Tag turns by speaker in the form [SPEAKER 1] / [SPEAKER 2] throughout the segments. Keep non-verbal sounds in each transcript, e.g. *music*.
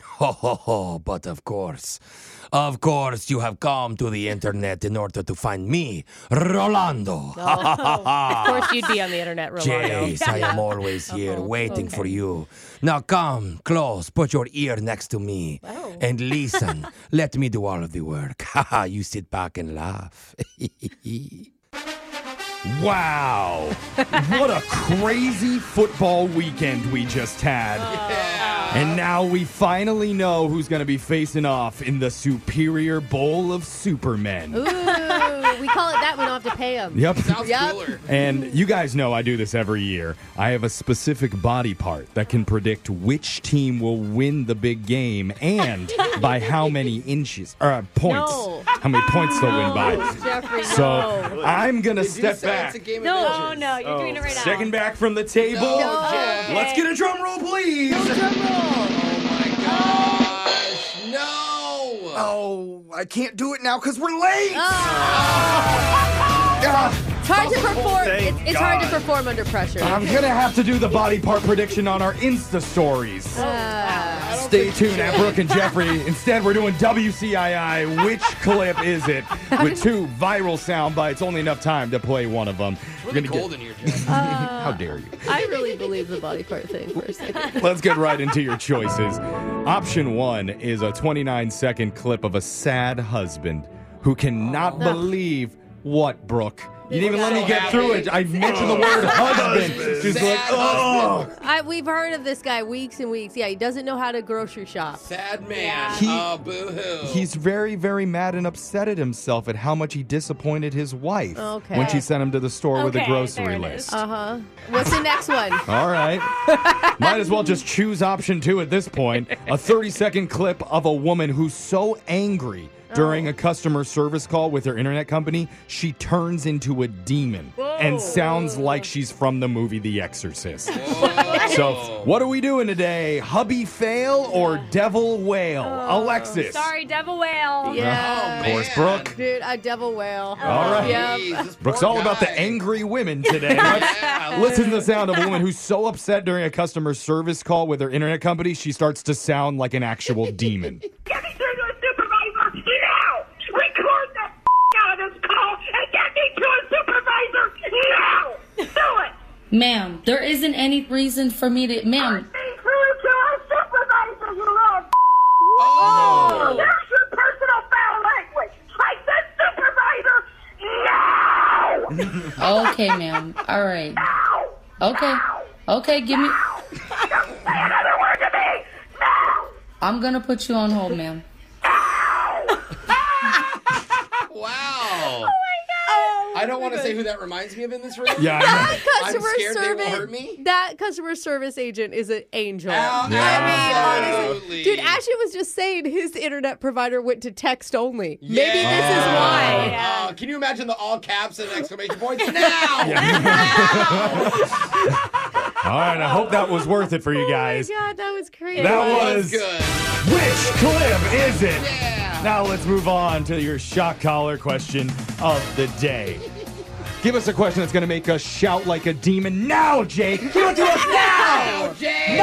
[SPEAKER 1] ho, ho, ho. But of course, of course, you have come to the internet in order to find me,
[SPEAKER 2] *laughs*
[SPEAKER 1] Rolando. Ha, ha, ha, ha.
[SPEAKER 2] Oh, Of course, you'd be on the internet, Rolando.
[SPEAKER 1] Jace, I am always here
[SPEAKER 2] Oh,
[SPEAKER 1] waiting for
[SPEAKER 2] okay.
[SPEAKER 1] you. Now come close, put your ear next to me
[SPEAKER 2] Oh. *laughs*
[SPEAKER 1] and listen. Let me do all of the work. Haha, you sit back and laugh. *laughs*
[SPEAKER 3] Wow. what a *laughs* crazy football weekend we just had. And now we finally know who's going to be facing off in the Superior Bowl of
[SPEAKER 2] *laughs*
[SPEAKER 3] Supermen.
[SPEAKER 2] Ooh, we call it that. We don't have to pay them.
[SPEAKER 3] Yep.
[SPEAKER 2] Yep.
[SPEAKER 3] And you guys know I do this every year. I have a specific body part that can predict which team will win the big game
[SPEAKER 2] *laughs*
[SPEAKER 3] and by how many inches or uh, points.
[SPEAKER 2] No.
[SPEAKER 3] How many points they'll win
[SPEAKER 2] Oh,
[SPEAKER 3] by.
[SPEAKER 2] Jeffrey,
[SPEAKER 3] So
[SPEAKER 2] no.
[SPEAKER 3] I'm going to
[SPEAKER 4] You
[SPEAKER 3] step
[SPEAKER 4] said
[SPEAKER 3] back.
[SPEAKER 4] It's a game
[SPEAKER 2] No.
[SPEAKER 4] of
[SPEAKER 2] Oh, no,
[SPEAKER 4] inches.
[SPEAKER 2] you're doing it right now.
[SPEAKER 3] Second back from the table.
[SPEAKER 2] No, Jeff.
[SPEAKER 3] Let's get a drum roll, please.
[SPEAKER 2] Drum roll.
[SPEAKER 4] Oh my gosh. No.
[SPEAKER 5] Oh, I can't do it now because we're late.
[SPEAKER 2] Ah.
[SPEAKER 1] *laughs* Ah.
[SPEAKER 2] *laughs* It's hard
[SPEAKER 4] Oh,
[SPEAKER 2] to perform.
[SPEAKER 3] thank
[SPEAKER 2] It's, it's hard to
[SPEAKER 3] God.
[SPEAKER 2] perform under pressure.
[SPEAKER 3] I'm going to have to do the body part prediction on our Insta stories.
[SPEAKER 2] Uh,
[SPEAKER 3] Stay tuned at Brooke
[SPEAKER 4] *laughs*
[SPEAKER 3] and Jeffrey. Instead, we're doing WCII. Which clip is it? With two viral sound bites, only enough time to play one of them. We're
[SPEAKER 4] Really cold in here, Jeff.
[SPEAKER 3] *laughs* How dare you?
[SPEAKER 2] Uh, I really believe the body part thing for a second.
[SPEAKER 3] *laughs* Let's get right
[SPEAKER 4] *laughs*
[SPEAKER 3] into your choices. Option one is a 29 second clip of a sad husband who cannot
[SPEAKER 4] Oh.
[SPEAKER 3] believe what, Brooke? You didn't even let me get through it. I mentioned
[SPEAKER 4] *laughs*
[SPEAKER 3] the word husband. She's
[SPEAKER 4] Sad
[SPEAKER 3] like, oh.
[SPEAKER 2] I, we've heard of this guy weeks and weeks. Yeah, he doesn't know how to grocery shop.
[SPEAKER 4] Sad man.
[SPEAKER 3] He-
[SPEAKER 4] oh, boo hoo.
[SPEAKER 3] He's very, very mad and upset at himself at how much he disappointed his wife
[SPEAKER 2] Okay.
[SPEAKER 3] when she sent him to the store with a
[SPEAKER 6] Okay,
[SPEAKER 3] grocery
[SPEAKER 6] there it
[SPEAKER 3] list.
[SPEAKER 6] is.
[SPEAKER 2] Uh huh. What's the next
[SPEAKER 3] *laughs*
[SPEAKER 2] one?
[SPEAKER 6] *laughs*
[SPEAKER 3] All right. Might as well just choose option two at this point. A 30 second clip of a woman who's so angry
[SPEAKER 6] Oh.
[SPEAKER 3] during a customer service call with her internet company, she turns into a demon and sounds like she's from the movie The Exorcist. so, what are we doing today? Hubby fail or devil whale? Alexis.
[SPEAKER 6] Oh,
[SPEAKER 3] Uh,
[SPEAKER 6] Sorry, Devil Whale.
[SPEAKER 2] Yeah.
[SPEAKER 4] Oh,
[SPEAKER 3] Of course, Brooke.
[SPEAKER 2] Dude, a devil whale.
[SPEAKER 3] All right.
[SPEAKER 2] Yeah.
[SPEAKER 4] Jeez, this poor
[SPEAKER 3] Brooke's all about the
[SPEAKER 4] guy.
[SPEAKER 3] angry women today. Let's-
[SPEAKER 4] Yeah,
[SPEAKER 3] Listen to the sound of a woman who's so upset during a customer service call with her internet company, she starts to sound like an actual demon.
[SPEAKER 7] Get me to your supervisor now! Record the f- out of this call and get me to a supervisor now! Do it!
[SPEAKER 8] Ma'am, there isn't any reason for me to. Ma'am,
[SPEAKER 7] Be true to a supervisor, you little f-
[SPEAKER 4] Oh.
[SPEAKER 7] There's your personal foul language! I said supervisor now!
[SPEAKER 4] *laughs*
[SPEAKER 8] okay, ma'am. All right.
[SPEAKER 7] Now!
[SPEAKER 8] Okay. Okay, give me.
[SPEAKER 7] Don't say another word to me! Now!
[SPEAKER 8] I'm gonna put you on hold, ma'am.
[SPEAKER 7] Oh
[SPEAKER 1] Oh
[SPEAKER 3] Oh
[SPEAKER 4] Wow.
[SPEAKER 2] Oh
[SPEAKER 4] I don't want to say who that reminds me of in this room.
[SPEAKER 3] *laughs* Yeah, I know.
[SPEAKER 2] Customer
[SPEAKER 4] I'm scared they will
[SPEAKER 2] service.
[SPEAKER 4] hurt me.
[SPEAKER 2] That customer service agent is an angel.
[SPEAKER 4] Al-
[SPEAKER 2] I mean,
[SPEAKER 4] absolutely.
[SPEAKER 2] honestly, dude, Ashton was just saying his internet provider went to text only. Maybe this is
[SPEAKER 4] Yeah.
[SPEAKER 1] Uh,
[SPEAKER 2] why.
[SPEAKER 6] Yeah.
[SPEAKER 4] Oh, can you imagine the all caps and exclamation
[SPEAKER 2] *laughs*
[SPEAKER 4] points now?
[SPEAKER 3] All right, I hope that was worth it for you guys.
[SPEAKER 2] Oh my god, that was crazy.
[SPEAKER 3] That
[SPEAKER 4] That
[SPEAKER 3] was
[SPEAKER 4] was good.
[SPEAKER 3] which clip is it?
[SPEAKER 4] Yeah.
[SPEAKER 3] Now let's move on to your shock collar question of the day. Give us a question that's going to make us shout like a demon now, Jake. Give it to us now.
[SPEAKER 4] Oh, Jay.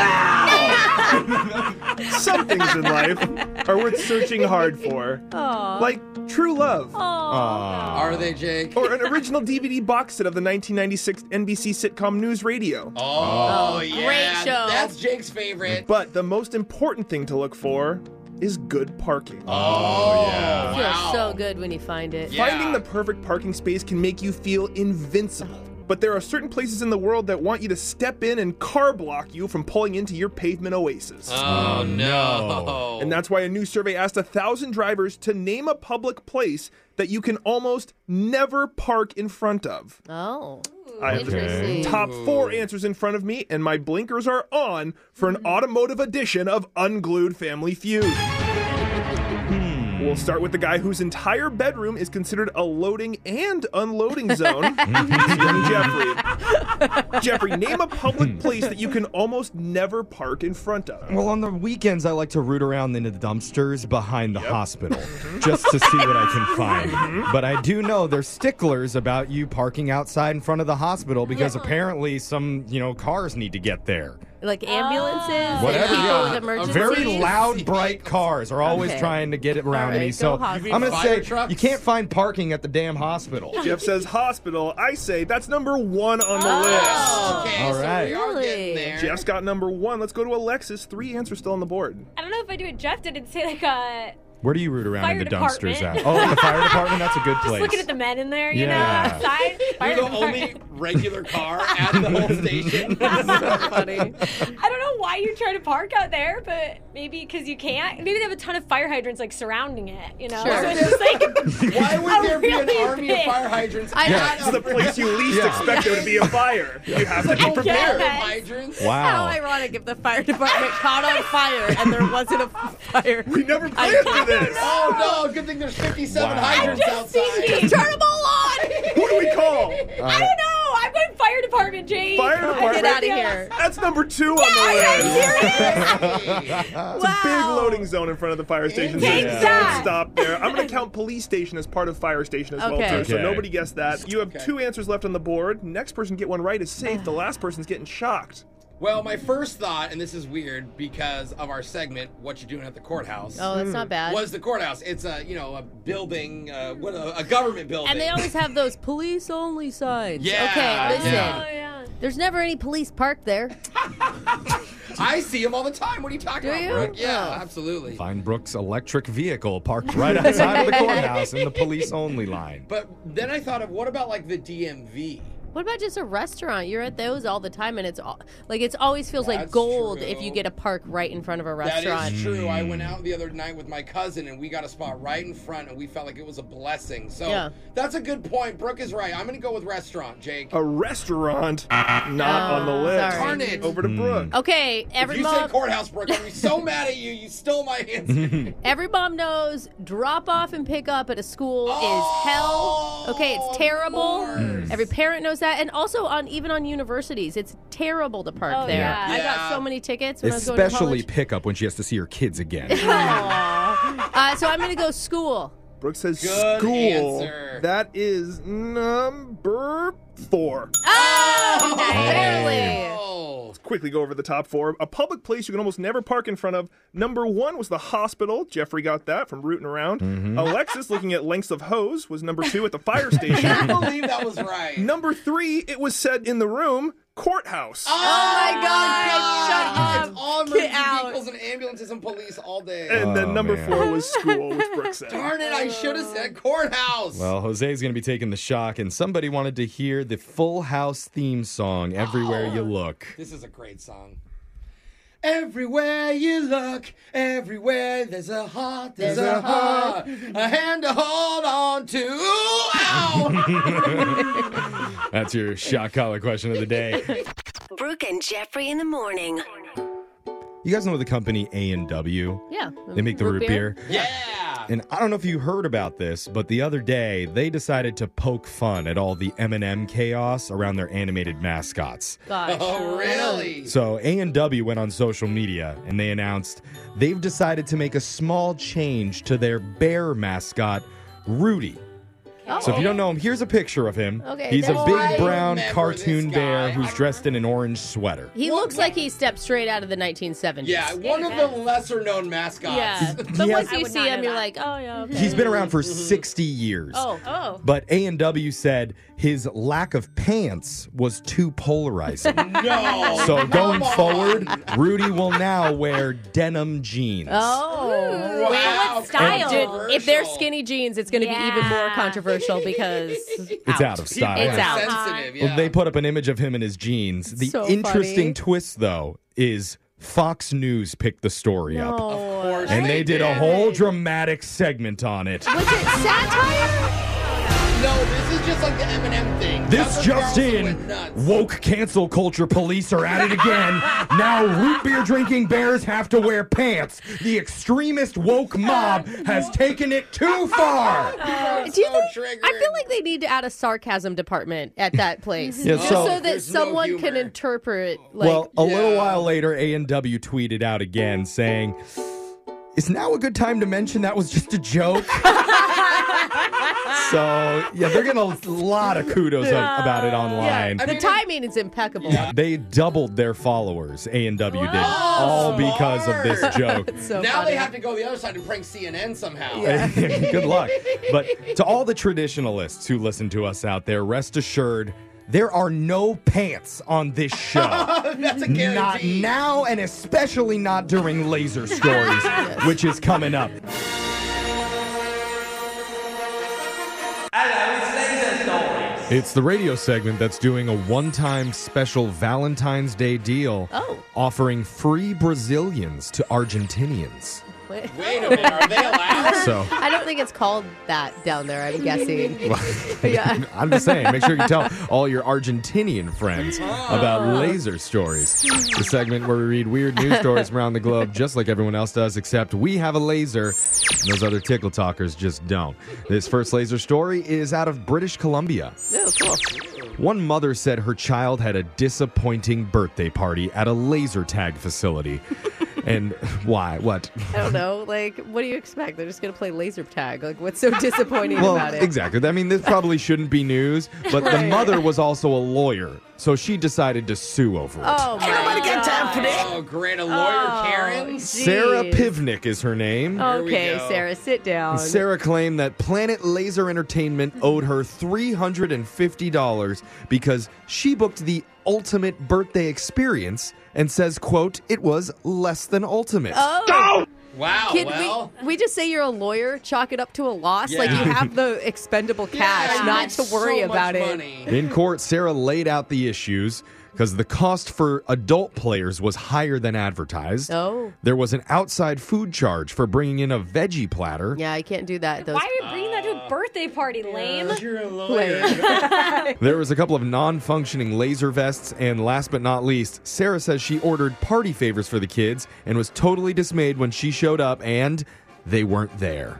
[SPEAKER 7] *laughs*
[SPEAKER 9] Some things in life are worth searching hard for,
[SPEAKER 7] *laughs*
[SPEAKER 9] like true love
[SPEAKER 4] Are they, Jake?
[SPEAKER 9] or an original DVD box set of the 1996 NBC sitcom News Radio.
[SPEAKER 4] Oh, yeah.
[SPEAKER 2] show.
[SPEAKER 4] That's Jake's favorite.
[SPEAKER 9] But the most important thing to look for is good parking.
[SPEAKER 4] Oh, yeah.
[SPEAKER 2] Feels so good when you find it.
[SPEAKER 4] Yeah.
[SPEAKER 9] Finding the perfect parking space can make you feel invincible. But there are certain places in the world that want you to step in and car block you from pulling into your pavement oasis.
[SPEAKER 4] Oh, no.
[SPEAKER 9] And that's why a new survey asked a thousand drivers to name a public place that you can almost never park in front of.
[SPEAKER 2] Oh.
[SPEAKER 9] I have the
[SPEAKER 2] Interesting.
[SPEAKER 9] top four answers in front of me, and my blinkers are on for an automotive edition of Unglued Family Feud. We'll start with the guy whose entire bedroom is considered a loading and unloading zone. Young Jeffrey. Jeffrey, name a public place that you can almost never park in front of.
[SPEAKER 3] Well, on the weekends, I like to root around into the dumpsters behind
[SPEAKER 9] *laughs*
[SPEAKER 3] the hospital
[SPEAKER 9] Mm-hmm.
[SPEAKER 3] just to see what I can
[SPEAKER 10] Mm-hmm.
[SPEAKER 3] find. but I do know they're sticklers about you parking outside in front of the hospital because apparently some, you know, cars need to get there.
[SPEAKER 2] like ambulances, and
[SPEAKER 3] Whatever,
[SPEAKER 2] people
[SPEAKER 3] yeah.
[SPEAKER 2] with emergencies.
[SPEAKER 3] Very loud, bright cars are always
[SPEAKER 2] Okay.
[SPEAKER 3] trying to get it around
[SPEAKER 2] All
[SPEAKER 3] me.
[SPEAKER 2] right,
[SPEAKER 3] So
[SPEAKER 2] go hospital.
[SPEAKER 3] I'm going to
[SPEAKER 1] Fire
[SPEAKER 3] say
[SPEAKER 1] trucks.
[SPEAKER 3] you can't find parking at the damn hospital.
[SPEAKER 9] *laughs* Jeff says hospital. I say that's number one on the
[SPEAKER 1] Okay,
[SPEAKER 3] All
[SPEAKER 1] so
[SPEAKER 3] right.
[SPEAKER 1] we are
[SPEAKER 2] Really?
[SPEAKER 1] getting there.
[SPEAKER 9] list. Jeff's got number one. Let's go to Alexis. Three answers still on the board.
[SPEAKER 11] I don't know if I do it. Jeff did. It'd say like uh,
[SPEAKER 3] Where do you root around
[SPEAKER 11] Fire department.
[SPEAKER 3] Oh, in the fire department? That's a good
[SPEAKER 11] just
[SPEAKER 3] place.
[SPEAKER 11] looking at the men in there, you
[SPEAKER 3] Yeah.
[SPEAKER 11] know, outside.
[SPEAKER 1] You're
[SPEAKER 11] Fire
[SPEAKER 1] the
[SPEAKER 11] department.
[SPEAKER 1] only regular car at the whole *laughs* station.
[SPEAKER 7] Funny.
[SPEAKER 11] *laughs* I don't know why you try to park out there, but maybe because you can't. Maybe they have a ton of fire hydrants like surrounding it, you know.
[SPEAKER 7] Sure.
[SPEAKER 11] *laughs* So it's just like
[SPEAKER 7] *laughs*
[SPEAKER 1] Why would there be an
[SPEAKER 11] really
[SPEAKER 1] army of
[SPEAKER 11] big-
[SPEAKER 1] fire hydrants?
[SPEAKER 7] I-
[SPEAKER 1] at
[SPEAKER 7] I-
[SPEAKER 9] It's the place you least
[SPEAKER 1] *laughs*
[SPEAKER 9] expect there to be a fire. You have to be
[SPEAKER 1] Fire
[SPEAKER 11] Yeah.
[SPEAKER 9] prepared.
[SPEAKER 1] hydrants?
[SPEAKER 3] wow.
[SPEAKER 7] How ironic if the fire department caught on fire and there wasn't a fire.
[SPEAKER 9] We never planned for this.
[SPEAKER 1] Oh no! Good thing there's 57
[SPEAKER 3] Wow.
[SPEAKER 1] hydrants outside.
[SPEAKER 7] Turn them all on!
[SPEAKER 9] Who do we call?
[SPEAKER 7] *laughs*
[SPEAKER 11] I don't know. I'm going fire department, Jade.
[SPEAKER 9] Fire
[SPEAKER 7] Get
[SPEAKER 9] department.
[SPEAKER 7] out of here.
[SPEAKER 9] That's number two on the list.
[SPEAKER 7] Wow.
[SPEAKER 9] Big loading zone in front of the fire station.
[SPEAKER 11] Take
[SPEAKER 9] so
[SPEAKER 11] that.
[SPEAKER 9] Don't stop there. I'm going to count police station as part of fire station as well
[SPEAKER 7] Okay.
[SPEAKER 9] too. So
[SPEAKER 3] Okay.
[SPEAKER 9] nobody guessed that. You have two answers left on the board. Next person get one right is safe. The last person's getting shocked.
[SPEAKER 1] Well, my first thought, and this is weird because of our segment, what you doing at the courthouse.
[SPEAKER 2] Oh, that's not bad.
[SPEAKER 1] was the courthouse? It's a you know a building, uh, what a, a government building.
[SPEAKER 2] and they
[SPEAKER 1] *laughs*
[SPEAKER 2] always have those police only signs.
[SPEAKER 1] Yeah,
[SPEAKER 2] okay, listen.
[SPEAKER 1] yeah.
[SPEAKER 11] Oh, yeah.
[SPEAKER 2] There's never any police parked there.
[SPEAKER 1] *laughs*
[SPEAKER 2] *laughs*
[SPEAKER 1] I see them all the time. What are you talking about,
[SPEAKER 2] you? Oh.
[SPEAKER 1] Brooke? Yeah, absolutely.
[SPEAKER 3] Find Brooks' electric vehicle parked right outside of the courthouse in the police only line.
[SPEAKER 1] But then I thought of what about like the DMV?
[SPEAKER 2] What about just a restaurant? You're at those all the time, and it's all, like it's always feels like
[SPEAKER 1] That's
[SPEAKER 2] gold
[SPEAKER 1] true.
[SPEAKER 2] if you get a park right in front of a
[SPEAKER 1] That
[SPEAKER 2] restaurant.
[SPEAKER 1] is true. I went out the other night with my cousin and we got a spot right in front and we felt like it was a blessing. So
[SPEAKER 2] Yeah.
[SPEAKER 1] that's a good point. Brooke is right. I'm going to go with restaurant, Jake.
[SPEAKER 9] A restaurant not on the list.
[SPEAKER 2] sorry.
[SPEAKER 1] Darn it.
[SPEAKER 9] Over to Brooke.
[SPEAKER 2] Okay,
[SPEAKER 1] If
[SPEAKER 2] every
[SPEAKER 1] you
[SPEAKER 2] mom,
[SPEAKER 1] said courthouse, Brooke, I'm so *laughs* mad at you. You stole my answer.
[SPEAKER 2] *laughs* every mom knows drop off and pick up at a school
[SPEAKER 1] Oh,
[SPEAKER 2] is hell. Okay,
[SPEAKER 1] of
[SPEAKER 2] it's terrible.
[SPEAKER 3] Mm.
[SPEAKER 1] course.
[SPEAKER 2] Every parent knows that, and also on even on universities, it's terrible to park
[SPEAKER 11] Oh,
[SPEAKER 2] there.
[SPEAKER 11] yeah.
[SPEAKER 2] I got
[SPEAKER 1] Yeah.
[SPEAKER 2] so many tickets when I was going
[SPEAKER 3] Especially
[SPEAKER 2] to college.
[SPEAKER 3] pickup when she has to see her
[SPEAKER 9] *laughs*
[SPEAKER 3] kids again.
[SPEAKER 2] Uh, so I'm gonna go
[SPEAKER 1] *laughs*
[SPEAKER 2] school.
[SPEAKER 9] Brooke says
[SPEAKER 1] Good
[SPEAKER 9] school.
[SPEAKER 1] answer.
[SPEAKER 9] That is number four.
[SPEAKER 2] Oh, barely.
[SPEAKER 1] Oh.
[SPEAKER 9] Quickly go over the top four. A public place you can almost never park in front of. Number one was the hospital. Jeffrey got that from rooting around.
[SPEAKER 1] Mm-hmm.
[SPEAKER 9] Alexis, looking at lengths of hose, was number two at
[SPEAKER 1] *laughs*
[SPEAKER 9] the fire
[SPEAKER 1] I
[SPEAKER 9] station.
[SPEAKER 1] can't believe that was right.
[SPEAKER 9] number three, it was said in the room, courthouse.
[SPEAKER 2] Oh
[SPEAKER 1] my
[SPEAKER 7] God, shut
[SPEAKER 1] It's
[SPEAKER 7] up.
[SPEAKER 1] all
[SPEAKER 7] Get
[SPEAKER 1] emergency
[SPEAKER 7] out.
[SPEAKER 1] vehicles and ambulances and police all day.
[SPEAKER 9] and then
[SPEAKER 3] Oh,
[SPEAKER 9] number
[SPEAKER 3] man.
[SPEAKER 9] four was school, which Brooke said.
[SPEAKER 1] Darn it, I should have said courthouse.
[SPEAKER 3] Well, Jose's going to be taking the shock, and somebody wanted to hear the Full House theme song everywhere you look.
[SPEAKER 1] This is a great song. Everywhere you look, everywhere there's a heart, there's, a heart, a hand to hold on to. Ooh, ow!
[SPEAKER 3] *laughs* That's your shock collar question of the day.
[SPEAKER 4] Brooke and Jeffrey in the morning.
[SPEAKER 3] You guys know the company A and W.
[SPEAKER 2] Yeah,
[SPEAKER 3] They make the root beer.
[SPEAKER 1] yeah!
[SPEAKER 3] And I don't know if you heard about this, but the other day they decided to poke fun at all the M&M chaos around their animated mascots.
[SPEAKER 2] Gosh.
[SPEAKER 1] Oh, really?
[SPEAKER 3] So A&W went on social media and they announced they've decided to make a small change to their bear mascot, Rudy. So if you don't know him, here's a picture of him.
[SPEAKER 2] Oh. Okay,
[SPEAKER 3] he's a
[SPEAKER 2] that's-
[SPEAKER 3] big
[SPEAKER 2] I
[SPEAKER 3] brown
[SPEAKER 1] remember
[SPEAKER 3] cartoon
[SPEAKER 1] this
[SPEAKER 3] bear
[SPEAKER 1] guy.
[SPEAKER 3] who's dressed in an orange sweater.
[SPEAKER 2] He looks like he stepped straight out of the 1970s.
[SPEAKER 1] Yeah, one of the lesser known mascots.
[SPEAKER 2] Yeah. But
[SPEAKER 3] Yes.
[SPEAKER 2] once
[SPEAKER 3] I
[SPEAKER 2] you
[SPEAKER 11] would
[SPEAKER 2] see
[SPEAKER 11] not
[SPEAKER 2] him,
[SPEAKER 11] know
[SPEAKER 2] you're
[SPEAKER 11] that.
[SPEAKER 2] like, oh, yeah. Okay.
[SPEAKER 3] He's been around
[SPEAKER 1] Mm-hmm.
[SPEAKER 3] for 60 years.
[SPEAKER 2] Oh, oh.
[SPEAKER 3] But A&W said his lack of pants was too polarizing.
[SPEAKER 1] No!
[SPEAKER 2] *laughs*
[SPEAKER 3] So going
[SPEAKER 1] Come on.
[SPEAKER 3] forward, Rudy will now wear denim jeans.
[SPEAKER 2] Oh.
[SPEAKER 1] Wow,
[SPEAKER 11] what style?
[SPEAKER 2] Dude, if they're
[SPEAKER 1] controversial.
[SPEAKER 2] skinny jeans, it's going to be even more
[SPEAKER 11] Yeah.
[SPEAKER 2] controversial
[SPEAKER 11] *laughs*
[SPEAKER 2] because
[SPEAKER 3] It's out of style.
[SPEAKER 2] It's out.
[SPEAKER 1] Sensitive, yeah.
[SPEAKER 3] Well, they put up an image of him in his jeans. The
[SPEAKER 2] So
[SPEAKER 3] interesting
[SPEAKER 2] funny.
[SPEAKER 3] twist, though, is Fox News picked the story up.
[SPEAKER 1] of course.
[SPEAKER 3] And they did a whole dramatic segment on it.
[SPEAKER 2] Was it satire?
[SPEAKER 1] No, this is just like the Eminem thing.
[SPEAKER 3] This
[SPEAKER 1] Tucker
[SPEAKER 3] just
[SPEAKER 1] Carlson
[SPEAKER 3] in,
[SPEAKER 1] went
[SPEAKER 3] *laughs*
[SPEAKER 1] nuts.
[SPEAKER 3] woke cancel culture police are at it again. now root beer drinking bears have to wear pants. The extremist woke mob has taken it too far.
[SPEAKER 11] Oh,
[SPEAKER 2] Do you
[SPEAKER 1] so
[SPEAKER 2] think- I
[SPEAKER 1] triggered.
[SPEAKER 2] feel like they need to add a sarcasm department at
[SPEAKER 11] *laughs*
[SPEAKER 2] that place.
[SPEAKER 3] Yeah,
[SPEAKER 2] just
[SPEAKER 3] so-
[SPEAKER 2] so, that
[SPEAKER 1] There's no
[SPEAKER 2] someone can
[SPEAKER 1] humor.
[SPEAKER 2] interpret, like,
[SPEAKER 3] well, a little
[SPEAKER 1] Yeah.
[SPEAKER 3] while later, A and W tweeted out again saying, "Is now a good time to mention that was just a joke?" So yeah, they're getting a lot of kudos a- about it online.
[SPEAKER 7] the timing is impeccable.
[SPEAKER 3] They doubled their followers. A and W did all because of this
[SPEAKER 2] *laughs*
[SPEAKER 1] *laughs*
[SPEAKER 3] joke.
[SPEAKER 1] now they have to go the other side and prank CNN somehow.
[SPEAKER 3] *laughs* Good luck. But
[SPEAKER 2] *laughs*
[SPEAKER 3] to all the traditionalists who listen to us out there, rest assured. There are no pants on this show.
[SPEAKER 1] *laughs* That's a
[SPEAKER 3] not
[SPEAKER 1] guarantee.
[SPEAKER 3] now, and especially not during
[SPEAKER 1] *laughs*
[SPEAKER 3] Laser Stories, which is coming up. It's the radio segment that's doing a one time special Valentine's Day deal
[SPEAKER 2] Oh.
[SPEAKER 3] offering free Brazilians to Argentinians.
[SPEAKER 2] Wait,
[SPEAKER 1] a minute, are they allowed?
[SPEAKER 3] So-
[SPEAKER 2] *laughs* I don't think it's called that down there. I'm guessing. *laughs*
[SPEAKER 3] *laughs* yeah. I'm just saying, make sure you tell all your Argentinian friends about laser stories. The segment where we read weird news stories from around the globe, just like everyone else does, except we have a laser and those other tickle talkers just don't. This first laser story is out of British Columbia.
[SPEAKER 2] Oh, cool.
[SPEAKER 3] One mother said her child had a disappointing birthday party at a laser tag facility. and why? What?
[SPEAKER 7] I don't know. Like, what do you expect? They're just gonna play laser tag. Like, what's so disappointing
[SPEAKER 3] well,
[SPEAKER 7] about it?
[SPEAKER 3] Exactly. I mean, this probably shouldn't be news, but the
[SPEAKER 7] Right.
[SPEAKER 3] mother was also a lawyer, so she decided to sue over it.
[SPEAKER 7] Oh my
[SPEAKER 1] nobody got time for
[SPEAKER 7] that.
[SPEAKER 1] Oh, great. A lawyer, Karen.
[SPEAKER 3] Sarah Pivnik is her name.
[SPEAKER 7] Okay, Sarah, sit down.
[SPEAKER 3] And Sarah claimed that Planet Laser Entertainment owed her $350 because she booked the ultimate birthday experience and says, quote, it was less than ultimate.
[SPEAKER 2] Oh.
[SPEAKER 1] Wow.
[SPEAKER 2] Can
[SPEAKER 1] well.
[SPEAKER 7] we just say you're a lawyer, chalk it up to a loss. Like you
[SPEAKER 3] Yeah.
[SPEAKER 7] have the expendable cash,
[SPEAKER 1] you
[SPEAKER 7] not
[SPEAKER 1] make
[SPEAKER 7] to worry
[SPEAKER 1] so much
[SPEAKER 7] about
[SPEAKER 1] money.
[SPEAKER 7] it.
[SPEAKER 3] In court, Sarah laid out the issues because the cost for adult players was higher than advertised.
[SPEAKER 7] Oh.
[SPEAKER 3] There was an outside food charge for bringing in a veggie platter.
[SPEAKER 7] Yeah, I can't do that. Those
[SPEAKER 11] Why are you bringing that to a birthday party, lame?
[SPEAKER 1] Oh. You're a lawyer.
[SPEAKER 7] *laughs*
[SPEAKER 11] lame.
[SPEAKER 3] There was a couple of non functioning laser vests, and last but not least, Sarah says she ordered party favors for the kids and was totally dismayed when she showed up and they weren't there.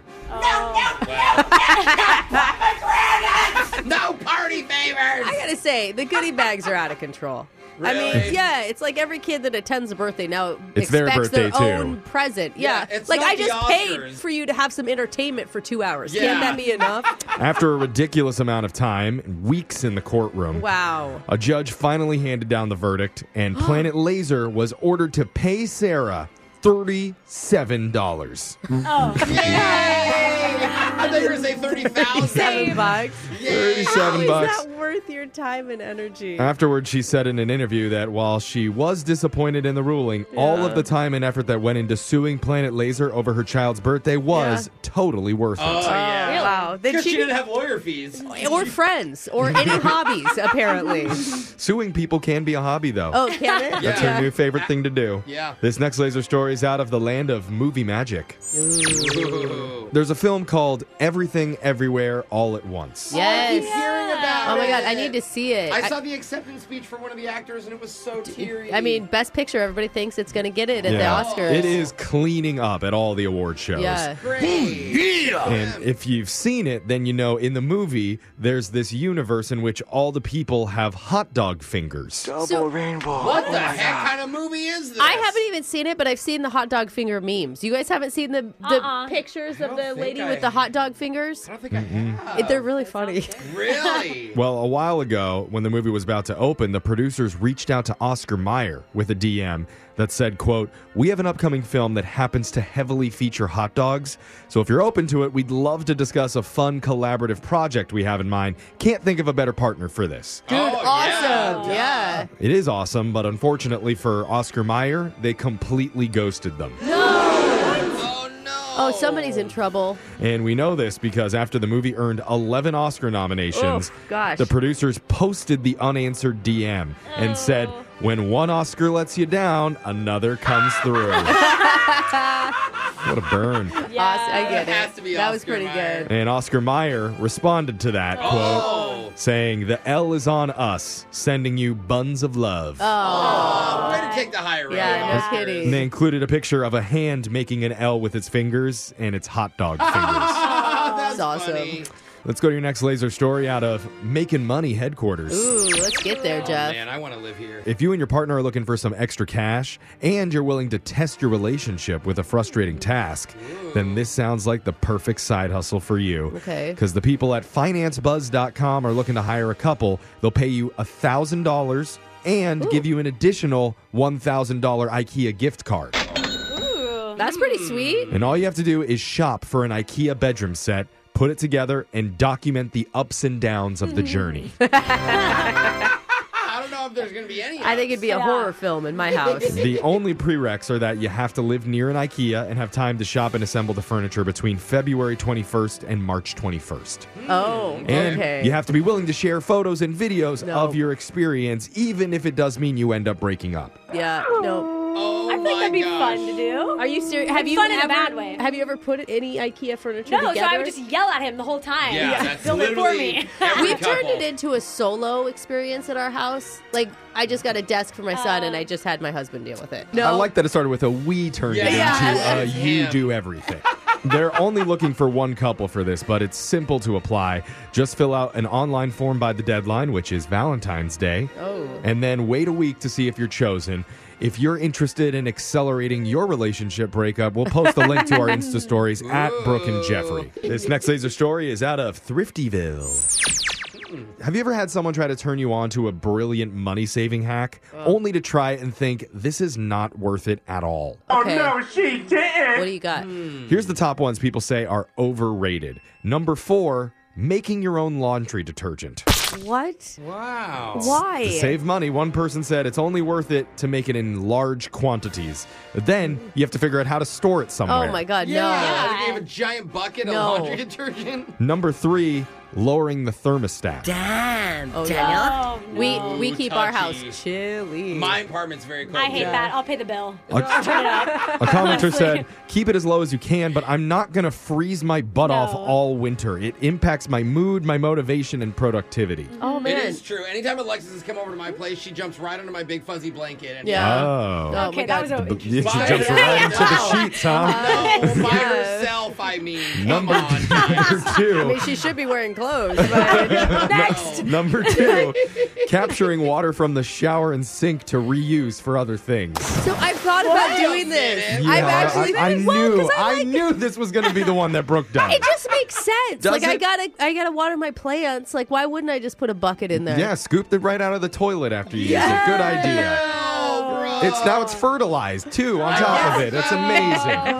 [SPEAKER 1] no party favors.
[SPEAKER 7] I gotta say, the goodie bags are out of control. I mean,
[SPEAKER 1] Really?
[SPEAKER 7] yeah, it's like every kid that attends a birthday now expects
[SPEAKER 3] It's their birthday, too.
[SPEAKER 7] own present. Yeah,
[SPEAKER 1] Yeah, it's
[SPEAKER 7] like
[SPEAKER 1] not
[SPEAKER 7] I
[SPEAKER 1] the
[SPEAKER 7] just paid
[SPEAKER 1] Oscars.
[SPEAKER 7] for you to have some entertainment for two hours.
[SPEAKER 1] Yeah.
[SPEAKER 7] Can't that be
[SPEAKER 3] *laughs*
[SPEAKER 7] enough?
[SPEAKER 3] After a ridiculous amount of time and weeks in the courtroom,
[SPEAKER 7] wow.
[SPEAKER 3] a judge finally handed down the verdict, and Planet Laser was ordered to pay Sarah $37.
[SPEAKER 7] Mm.
[SPEAKER 1] *laughs* Yay! I thought you were going to
[SPEAKER 2] *laughs*
[SPEAKER 1] say 30,000.
[SPEAKER 7] Seven bucks.
[SPEAKER 3] 37 bucks.
[SPEAKER 7] How is that worth your time and energy?
[SPEAKER 3] Afterward, she said in an interview that while she was disappointed in the ruling, all of the time and effort that went into suing Planet Laser over her child's birthday was totally worth it.
[SPEAKER 1] Oh, yeah.
[SPEAKER 7] Wow. Then
[SPEAKER 1] Because she
[SPEAKER 7] she-
[SPEAKER 1] didn't have lawyer fees.
[SPEAKER 7] or friends,
[SPEAKER 3] *laughs*
[SPEAKER 7] or any hobbies, apparently.
[SPEAKER 3] Suing people can be a hobby, though.
[SPEAKER 7] Oh, can it?
[SPEAKER 3] That's her new favorite thing to do.
[SPEAKER 1] Yeah.
[SPEAKER 3] This next laser story is out of the land of movie magic.
[SPEAKER 1] Ooh.
[SPEAKER 3] There's a film called Everything Everywhere All at Once.
[SPEAKER 1] I keep
[SPEAKER 2] Yes.
[SPEAKER 1] hearing about
[SPEAKER 2] Oh my god,
[SPEAKER 1] it.
[SPEAKER 2] I need to see it.
[SPEAKER 1] I saw the acceptance speech for one of the actors, and it was so teary.
[SPEAKER 2] I
[SPEAKER 1] *laughs*
[SPEAKER 2] mean, best picture. Everybody thinks it's going to get it at
[SPEAKER 3] Yeah.
[SPEAKER 2] the Oscars.
[SPEAKER 3] It is cleaning up at all the award shows.
[SPEAKER 2] Yeah.
[SPEAKER 1] great.
[SPEAKER 2] *laughs*
[SPEAKER 3] And if you've seen it, then you know in the movie there's this universe in which all the people have hot dog fingers.
[SPEAKER 2] So-
[SPEAKER 12] rainbow.
[SPEAKER 1] What
[SPEAKER 2] Oh
[SPEAKER 1] the heck kind of movie is this?
[SPEAKER 2] I haven't even seen it, but I've seen the hot dog finger memes. You guys haven't seen the, the
[SPEAKER 11] Uh-uh.
[SPEAKER 2] pictures of
[SPEAKER 1] don't
[SPEAKER 2] the
[SPEAKER 1] think
[SPEAKER 2] lady
[SPEAKER 1] I-
[SPEAKER 2] with the hot dog fingers?
[SPEAKER 1] I don't think I have.
[SPEAKER 2] It- They're really funny.
[SPEAKER 1] really?
[SPEAKER 3] Mm. Well, a while ago, when the movie was about to open, the producers reached out to Oscar Meyer with a DM that said, quote, We have an upcoming film that happens to heavily feature hot dogs. So if you're open to it, we'd love to discuss a fun collaborative project we have in mind. Can't think of a better partner for this.
[SPEAKER 2] Dude,
[SPEAKER 1] Oh,
[SPEAKER 2] awesome.
[SPEAKER 1] *laughs*
[SPEAKER 2] Yeah.
[SPEAKER 3] It is awesome, but unfortunately for Oscar Meyer, they completely ghosted them.
[SPEAKER 1] Oh no.
[SPEAKER 2] *laughs* Oh, somebody's in trouble.
[SPEAKER 3] And we know this because after the movie earned 11 Oscar nominations,
[SPEAKER 2] Oof, Oh, gosh.
[SPEAKER 3] the producers posted the unanswered DM and said,
[SPEAKER 2] Oh.
[SPEAKER 3] When one Oscar lets you down, another comes
[SPEAKER 2] *laughs*
[SPEAKER 3] through. what a burn.
[SPEAKER 11] Yeah.
[SPEAKER 2] Awesome. I get
[SPEAKER 1] It has to be
[SPEAKER 2] That was
[SPEAKER 1] Oscar
[SPEAKER 2] pretty
[SPEAKER 1] Mayer.
[SPEAKER 2] good.
[SPEAKER 3] And Oscar Meyer responded to that
[SPEAKER 1] Oh.
[SPEAKER 3] quote, saying, The L is on us, sending you buns of love.
[SPEAKER 1] Oh, way to take the high road.
[SPEAKER 2] Yeah, no
[SPEAKER 1] Oscar.
[SPEAKER 2] kidding.
[SPEAKER 3] And they included a picture of
[SPEAKER 2] *laughs*
[SPEAKER 3] a hand making an L with its fingers and its hot dog fingers.
[SPEAKER 1] Ah, that's
[SPEAKER 2] It's awesome.
[SPEAKER 1] funny.
[SPEAKER 3] Let's go to your next laser story out of Making Money headquarters.
[SPEAKER 2] Ooh, let's get there, Jeff.
[SPEAKER 1] Oh, man, I want to live here.
[SPEAKER 3] If you and your partner are looking for some extra cash and you're willing to test your relationship with a frustrating task, then this sounds like the perfect side hustle for you.
[SPEAKER 2] Okay.
[SPEAKER 3] Because the people at financebuzz.com are looking to hire a couple. They'll pay you $1,000 and give you an additional $1,000 IKEA gift card.
[SPEAKER 2] That's pretty
[SPEAKER 1] Hmm.
[SPEAKER 2] sweet.
[SPEAKER 3] And all you have to do is shop for an IKEA bedroom set, put it together, and document the ups and downs of the journey.
[SPEAKER 1] Ah, I don't know if there's going to be any.
[SPEAKER 2] I think it'd be a horror film in
[SPEAKER 1] *laughs* Oh
[SPEAKER 2] my house.
[SPEAKER 3] the only prereqs are that you have to live near an IKEA and have time to shop and assemble the furniture between February 21st and March 21st.
[SPEAKER 2] oh,
[SPEAKER 3] And
[SPEAKER 2] okay.
[SPEAKER 3] you have to be willing to share photos and videos of your experience, even if it does mean you end up breaking up.
[SPEAKER 2] Yeah, no.
[SPEAKER 11] I feel like that'd be fun to do.
[SPEAKER 7] Are you serious?
[SPEAKER 11] Like,
[SPEAKER 7] Have you
[SPEAKER 11] fun
[SPEAKER 7] ever,
[SPEAKER 11] in a bad way?
[SPEAKER 7] Have you ever put any IKEA furniture
[SPEAKER 11] no,
[SPEAKER 7] together?
[SPEAKER 11] so I would just yell at him the whole *laughs* time.
[SPEAKER 7] Yeah, Yeah. that's
[SPEAKER 11] build it for
[SPEAKER 7] literally
[SPEAKER 1] *laughs*
[SPEAKER 11] me. *laughs*
[SPEAKER 2] We've turned it into a solo experience at our house. Like, I just got a desk for my son, and I just had my husband deal with it. Um,
[SPEAKER 3] I like that it started with a we turned
[SPEAKER 2] Yeah.
[SPEAKER 3] it
[SPEAKER 2] Yeah.
[SPEAKER 3] into a you
[SPEAKER 2] Him.
[SPEAKER 3] do everything. They're only looking for one couple for this, but it's simple to apply. Just fill out an online form by the deadline, which is Valentine's Day.
[SPEAKER 2] Oh.
[SPEAKER 3] And then wait a week to see if you're chosen. If you're interested in accelerating your relationship breakup, we'll post the link to
[SPEAKER 2] *laughs*
[SPEAKER 3] our Insta stories at Brooke and Jeffrey. This next laser story is out of Thriftyville. Have you ever had someone try to turn you on to a brilliant money saving hack
[SPEAKER 2] Uh-huh.
[SPEAKER 3] only to try and think this is not worth it at all?
[SPEAKER 2] Okay. Oh, no, she didn't. What do you got?
[SPEAKER 1] Hmm.
[SPEAKER 3] Here's the top ones people say are overrated. Number four, making your own laundry detergent.
[SPEAKER 7] What?
[SPEAKER 1] Wow.
[SPEAKER 7] Why?
[SPEAKER 3] To save money, one person said it's only worth it to make it in large quantities. Then you have to figure out how to store it somewhere.
[SPEAKER 2] Oh, my God,
[SPEAKER 1] yeah,
[SPEAKER 2] no.
[SPEAKER 1] Like you have a giant bucket
[SPEAKER 2] No.
[SPEAKER 1] of laundry *laughs* detergent.
[SPEAKER 3] Number three, lowering the thermostat.
[SPEAKER 2] Damn,
[SPEAKER 1] Oh,
[SPEAKER 2] Daniel.
[SPEAKER 1] no.
[SPEAKER 2] We we
[SPEAKER 1] Ooh,
[SPEAKER 2] keep our house
[SPEAKER 1] touchy.
[SPEAKER 2] chilly.
[SPEAKER 1] My apartment's very cold.
[SPEAKER 11] I hate that. Oh, I'll pay the bill.
[SPEAKER 3] A-
[SPEAKER 11] Turn it up.
[SPEAKER 2] *laughs*
[SPEAKER 3] A
[SPEAKER 11] *laughs*
[SPEAKER 3] commenter said, keep it as low as you can, but I'm not going to freeze my butt off all winter. It impacts my mood, my motivation, and productivity.
[SPEAKER 2] Oh
[SPEAKER 1] It is true. Anytime Alexis has come over to my place, she jumps right under my big fuzzy blanket. And
[SPEAKER 3] Yeah. Oh. Oh,
[SPEAKER 11] Okay, that was
[SPEAKER 3] The-
[SPEAKER 11] a.
[SPEAKER 3] she jumps right into the sheets, huh?
[SPEAKER 2] *laughs*
[SPEAKER 1] No, by herself, I mean.
[SPEAKER 3] Number, number
[SPEAKER 2] I mean,
[SPEAKER 3] two.
[SPEAKER 2] she should be wearing clothes. But *laughs*
[SPEAKER 7] *laughs*
[SPEAKER 2] Next.
[SPEAKER 3] Number two, capturing water from the shower and sink to reuse for other things.
[SPEAKER 7] So I've thought
[SPEAKER 2] What?
[SPEAKER 7] about doing this.
[SPEAKER 3] Yeah,
[SPEAKER 7] I've actually
[SPEAKER 3] I, I
[SPEAKER 7] Well,
[SPEAKER 3] knew,
[SPEAKER 7] 'cause
[SPEAKER 3] I, knew this was going to be the one that broke
[SPEAKER 2] *laughs*
[SPEAKER 3] down.
[SPEAKER 2] It just makes sense.
[SPEAKER 3] Does
[SPEAKER 2] like I
[SPEAKER 3] it?
[SPEAKER 2] gotta, I gotta water my plants. Like why wouldn't I just put a bucket in there?
[SPEAKER 3] Yeah, scooped it right out of the toilet after you used it. Good idea. It's now it's fertilized too on top of it. That's amazing.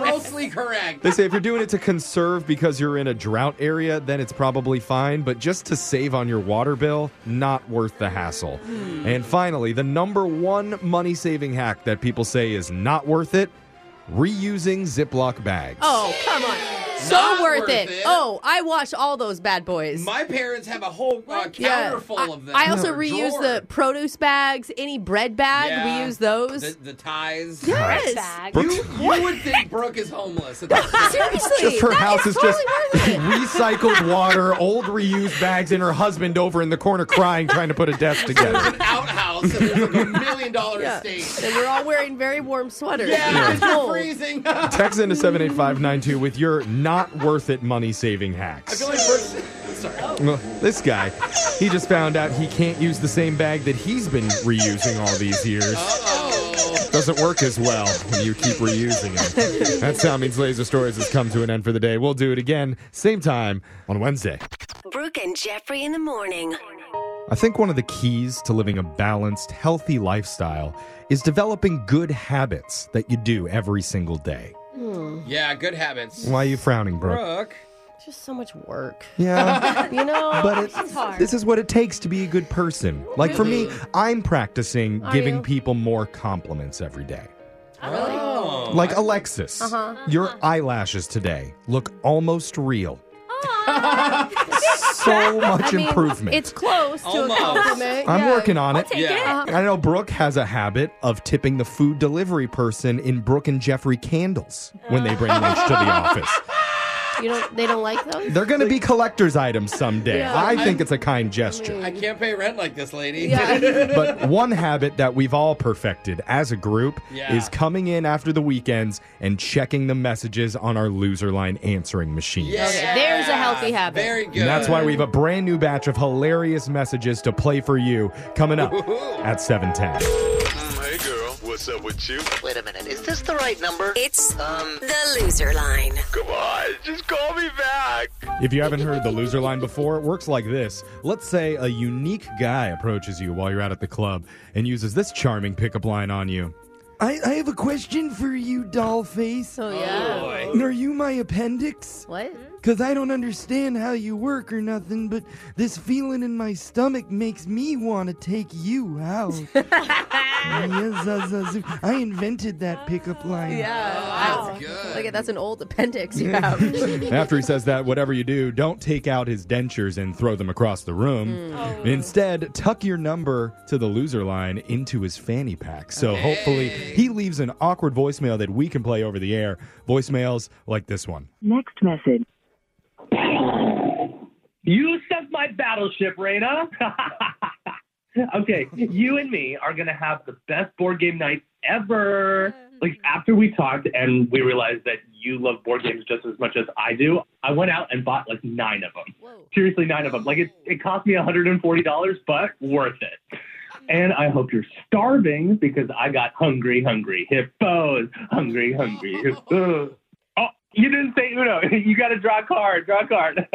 [SPEAKER 11] *laughs*
[SPEAKER 1] Grossly correct.
[SPEAKER 3] They say if you're doing it to conserve because you're in a drought area, then it's probably fine, but just to save on your water bill, not worth the hassle.
[SPEAKER 13] Hmm.
[SPEAKER 3] And finally, the number one money saving hack that people say is not worth it reusing Ziploc bags.
[SPEAKER 2] Oh come on, so
[SPEAKER 1] Not
[SPEAKER 2] worth,
[SPEAKER 1] worth
[SPEAKER 2] it.
[SPEAKER 1] it.
[SPEAKER 2] Oh, I wash all those bad boys.
[SPEAKER 1] My parents have a whole uh, counter
[SPEAKER 2] Yeah.
[SPEAKER 1] full
[SPEAKER 2] I,
[SPEAKER 1] of them.
[SPEAKER 2] I also
[SPEAKER 1] Or
[SPEAKER 2] reuse
[SPEAKER 1] drawer.
[SPEAKER 2] the produce bags. Any bread bag,
[SPEAKER 1] Yeah.
[SPEAKER 2] we use those.
[SPEAKER 1] The, the ties.
[SPEAKER 2] Yes. Bag.
[SPEAKER 1] You, you would think Brooke is homeless. At this point.
[SPEAKER 2] Seriously,
[SPEAKER 3] Just her
[SPEAKER 2] that
[SPEAKER 3] house is,
[SPEAKER 2] is
[SPEAKER 3] just *laughs* recycled water, old reused bags, and her husband over in the corner crying, trying to put a desk together.
[SPEAKER 1] outhouse and there's like a million
[SPEAKER 2] *laughs*
[SPEAKER 1] dollar
[SPEAKER 2] Yeah.
[SPEAKER 1] estate.
[SPEAKER 2] And we're all wearing very warm sweaters.
[SPEAKER 1] Yeah,
[SPEAKER 2] It's
[SPEAKER 1] because you're
[SPEAKER 2] cold.
[SPEAKER 1] freezing. *laughs*
[SPEAKER 3] Text into 78592 with your not worth it money saving
[SPEAKER 1] I
[SPEAKER 3] hacks.
[SPEAKER 1] feel like Brooke's. Sorry.
[SPEAKER 3] Well, this guy, he just found out he can't use the same bag that he's been reusing all these years. Doesn't work as well when you keep reusing it. That's how Means Laser Stories has come to an end for the day. We'll do it again, same time on Wednesday.
[SPEAKER 4] Brooke and Jeffrey in the morning.
[SPEAKER 3] I think one of the keys to living a balanced, healthy lifestyle is developing good habits that you do every single day.
[SPEAKER 12] Hmm.
[SPEAKER 1] Yeah, good habits.
[SPEAKER 3] Why are you frowning, Brooke?
[SPEAKER 1] Brooke.
[SPEAKER 2] It's just so much work.
[SPEAKER 3] Yeah.
[SPEAKER 2] you know,
[SPEAKER 3] *laughs* But it's, this is what it takes to be a good person. Like for me, I'm practicing
[SPEAKER 2] Are
[SPEAKER 3] giving
[SPEAKER 2] you?
[SPEAKER 3] people more compliments every day.
[SPEAKER 1] Oh.
[SPEAKER 3] like Alexis,
[SPEAKER 1] Uh-huh.
[SPEAKER 3] your eyelashes today look almost real. *laughs* so much
[SPEAKER 2] I mean,
[SPEAKER 3] improvement.
[SPEAKER 2] It's close to
[SPEAKER 1] Almost.
[SPEAKER 2] a compliment.
[SPEAKER 3] I'm
[SPEAKER 2] yeah.
[SPEAKER 3] working on it.
[SPEAKER 2] Yeah.
[SPEAKER 3] I know Brooke has a habit of tipping the food delivery person in Brooke and Jeffrey candles when they bring lunch to the office.
[SPEAKER 2] You don't. They don't like those.
[SPEAKER 3] They're going to be collector's items someday.
[SPEAKER 2] Yeah.
[SPEAKER 3] I think it's a kind gesture.
[SPEAKER 1] I can't pay rent like this lady. *laughs*
[SPEAKER 3] but one habit that we've all perfected as a group
[SPEAKER 1] Yeah.
[SPEAKER 3] is coming in after the weekends and checking the messages on our loser line answering machine.
[SPEAKER 2] Okay, there's a healthy habit.
[SPEAKER 1] Very
[SPEAKER 3] And that's why we have a brand new batch of hilarious messages to play for you coming up at 710.
[SPEAKER 13] Hey girl, what's up with you? Wait a minute,
[SPEAKER 4] Is this the right number? It's um the loser line. Come on, just call me back.
[SPEAKER 3] If you haven't heard the loser line before, it works like this. Let's say a unique guy approaches you while you're out at the club and uses this charming pickup line on you.
[SPEAKER 12] I, I have a question for you, Dollface.
[SPEAKER 2] Oh, yeah.
[SPEAKER 12] boy. Are you my appendix?
[SPEAKER 2] What?
[SPEAKER 12] Because I don't understand how you work or nothing, but this feeling in my stomach makes me want to take you out. yes, zazazu. I invented that
[SPEAKER 2] Oh,
[SPEAKER 12] pickup line.
[SPEAKER 1] Oh,
[SPEAKER 2] Yeah. that's good. Look at that's an old appendix you
[SPEAKER 3] *laughs*
[SPEAKER 2] have.
[SPEAKER 3] After he says that, whatever you do, don't take out his dentures and throw them across the room.
[SPEAKER 12] Oh.
[SPEAKER 2] Mm.
[SPEAKER 3] Instead, tuck your number to the loser line into his fanny pack. So hopefully he leaves an awkward voicemail that we can play over the air. Voicemails like this one.
[SPEAKER 8] Next message.
[SPEAKER 14] You sunk my battleship, Raina. *laughs* okay, you and me are gonna have the best board game night ever. Like after we talked and we realized that you love board games just as much as I do, I went out and bought like nine of them. Seriously, nine of them. Like it, it cost me $140, but worth it. And I hope you're starving because I got hungry, hungry hippos, hungry, hungry hippos. Oh, you didn't say Uno. *laughs* You got to draw a card. Draw a card.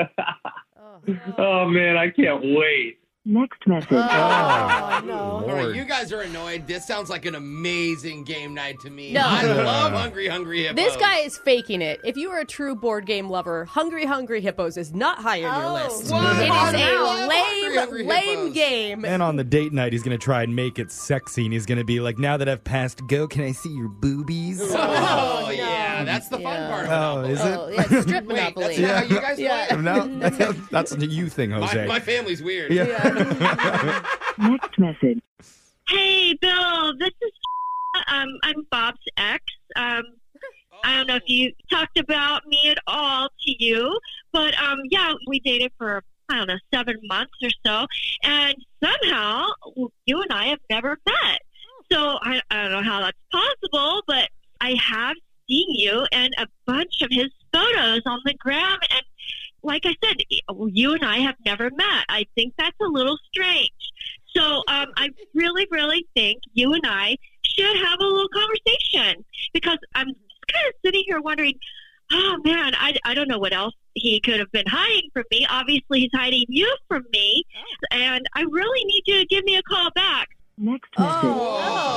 [SPEAKER 14] *laughs* oh man, I can't wait.
[SPEAKER 8] Next message.
[SPEAKER 2] Oh.
[SPEAKER 1] *laughs* All right, you guys are annoyed. This sounds like an amazing game night to me.
[SPEAKER 2] No.
[SPEAKER 1] I
[SPEAKER 2] Yeah.
[SPEAKER 1] love Hungry Hungry Hippos.
[SPEAKER 2] This guy is faking it. If you are a true board game lover, Hungry Hungry Hippos is not high on your list.
[SPEAKER 1] Oh. What?
[SPEAKER 2] It
[SPEAKER 1] I
[SPEAKER 2] is
[SPEAKER 1] love
[SPEAKER 2] a
[SPEAKER 1] Hungry
[SPEAKER 2] lame,
[SPEAKER 1] Hungry
[SPEAKER 2] lame
[SPEAKER 1] Hippos.
[SPEAKER 2] game.
[SPEAKER 3] And on the date night, he's going to try and make it sexy. And he's going to be like, now that I've passed go, can I see your boobies?
[SPEAKER 1] Oh, yeah, that's the fun part.
[SPEAKER 3] Oh, is it?
[SPEAKER 1] yeah, strip monopoly. *laughs* Wait, that's not how you guys
[SPEAKER 7] *laughs*
[SPEAKER 1] play.
[SPEAKER 3] No, that's, that's a you thing, Jose.
[SPEAKER 1] My, my family's weird.
[SPEAKER 3] Yeah. *laughs*
[SPEAKER 8] Next message.
[SPEAKER 15] Hey, Bill, this is um, I'm Bob's ex. Um, I don't know if you talked about me at all to you, but um, yeah, we dated for I don't know seven months or so, and somehow you and I have never met. So I, I don't know how that's possible, but I have seen you and a bunch of his photos on the gram, and like I said, you and I have never met. I think that's a little strange. So um, I really, really think you and I should have a little conversation because I'm just kind of sitting here wondering, oh man, I, I don't know what else he could have been hiding from me. Obviously, he's hiding you from me, and I really need you to give me a call back.
[SPEAKER 8] Next
[SPEAKER 2] message.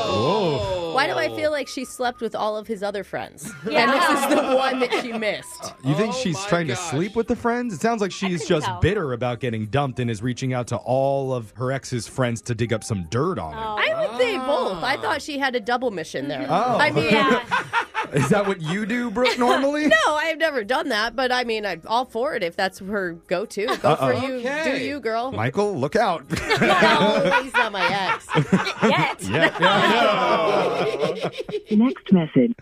[SPEAKER 3] Oh.
[SPEAKER 2] Why do I feel like she slept with all of his other
[SPEAKER 1] *laughs*
[SPEAKER 2] friends?
[SPEAKER 3] Yeah.
[SPEAKER 2] And this is the one that she missed.
[SPEAKER 3] You think
[SPEAKER 1] Oh
[SPEAKER 3] she's trying to sleep with the friends? It sounds like she's just
[SPEAKER 2] tell.
[SPEAKER 3] bitter about getting dumped and is reaching out to all of her ex's friends to dig up some dirt on
[SPEAKER 1] Oh,
[SPEAKER 3] him.
[SPEAKER 2] I would say both. I thought she had a double mission there.
[SPEAKER 3] Oh.
[SPEAKER 2] I mean,
[SPEAKER 3] *laughs* Is that what you
[SPEAKER 2] *laughs*
[SPEAKER 3] do, Brooke, normally?
[SPEAKER 2] no, I've never done that, but I mean, I'm all for it if that's her go to. Go for
[SPEAKER 3] Uh-oh.
[SPEAKER 2] you. Do you, girl.
[SPEAKER 3] Michael, look out.
[SPEAKER 2] no, he's not my ex. Yet.
[SPEAKER 3] *laughs* Yeah,
[SPEAKER 1] *laughs*
[SPEAKER 8] Next message.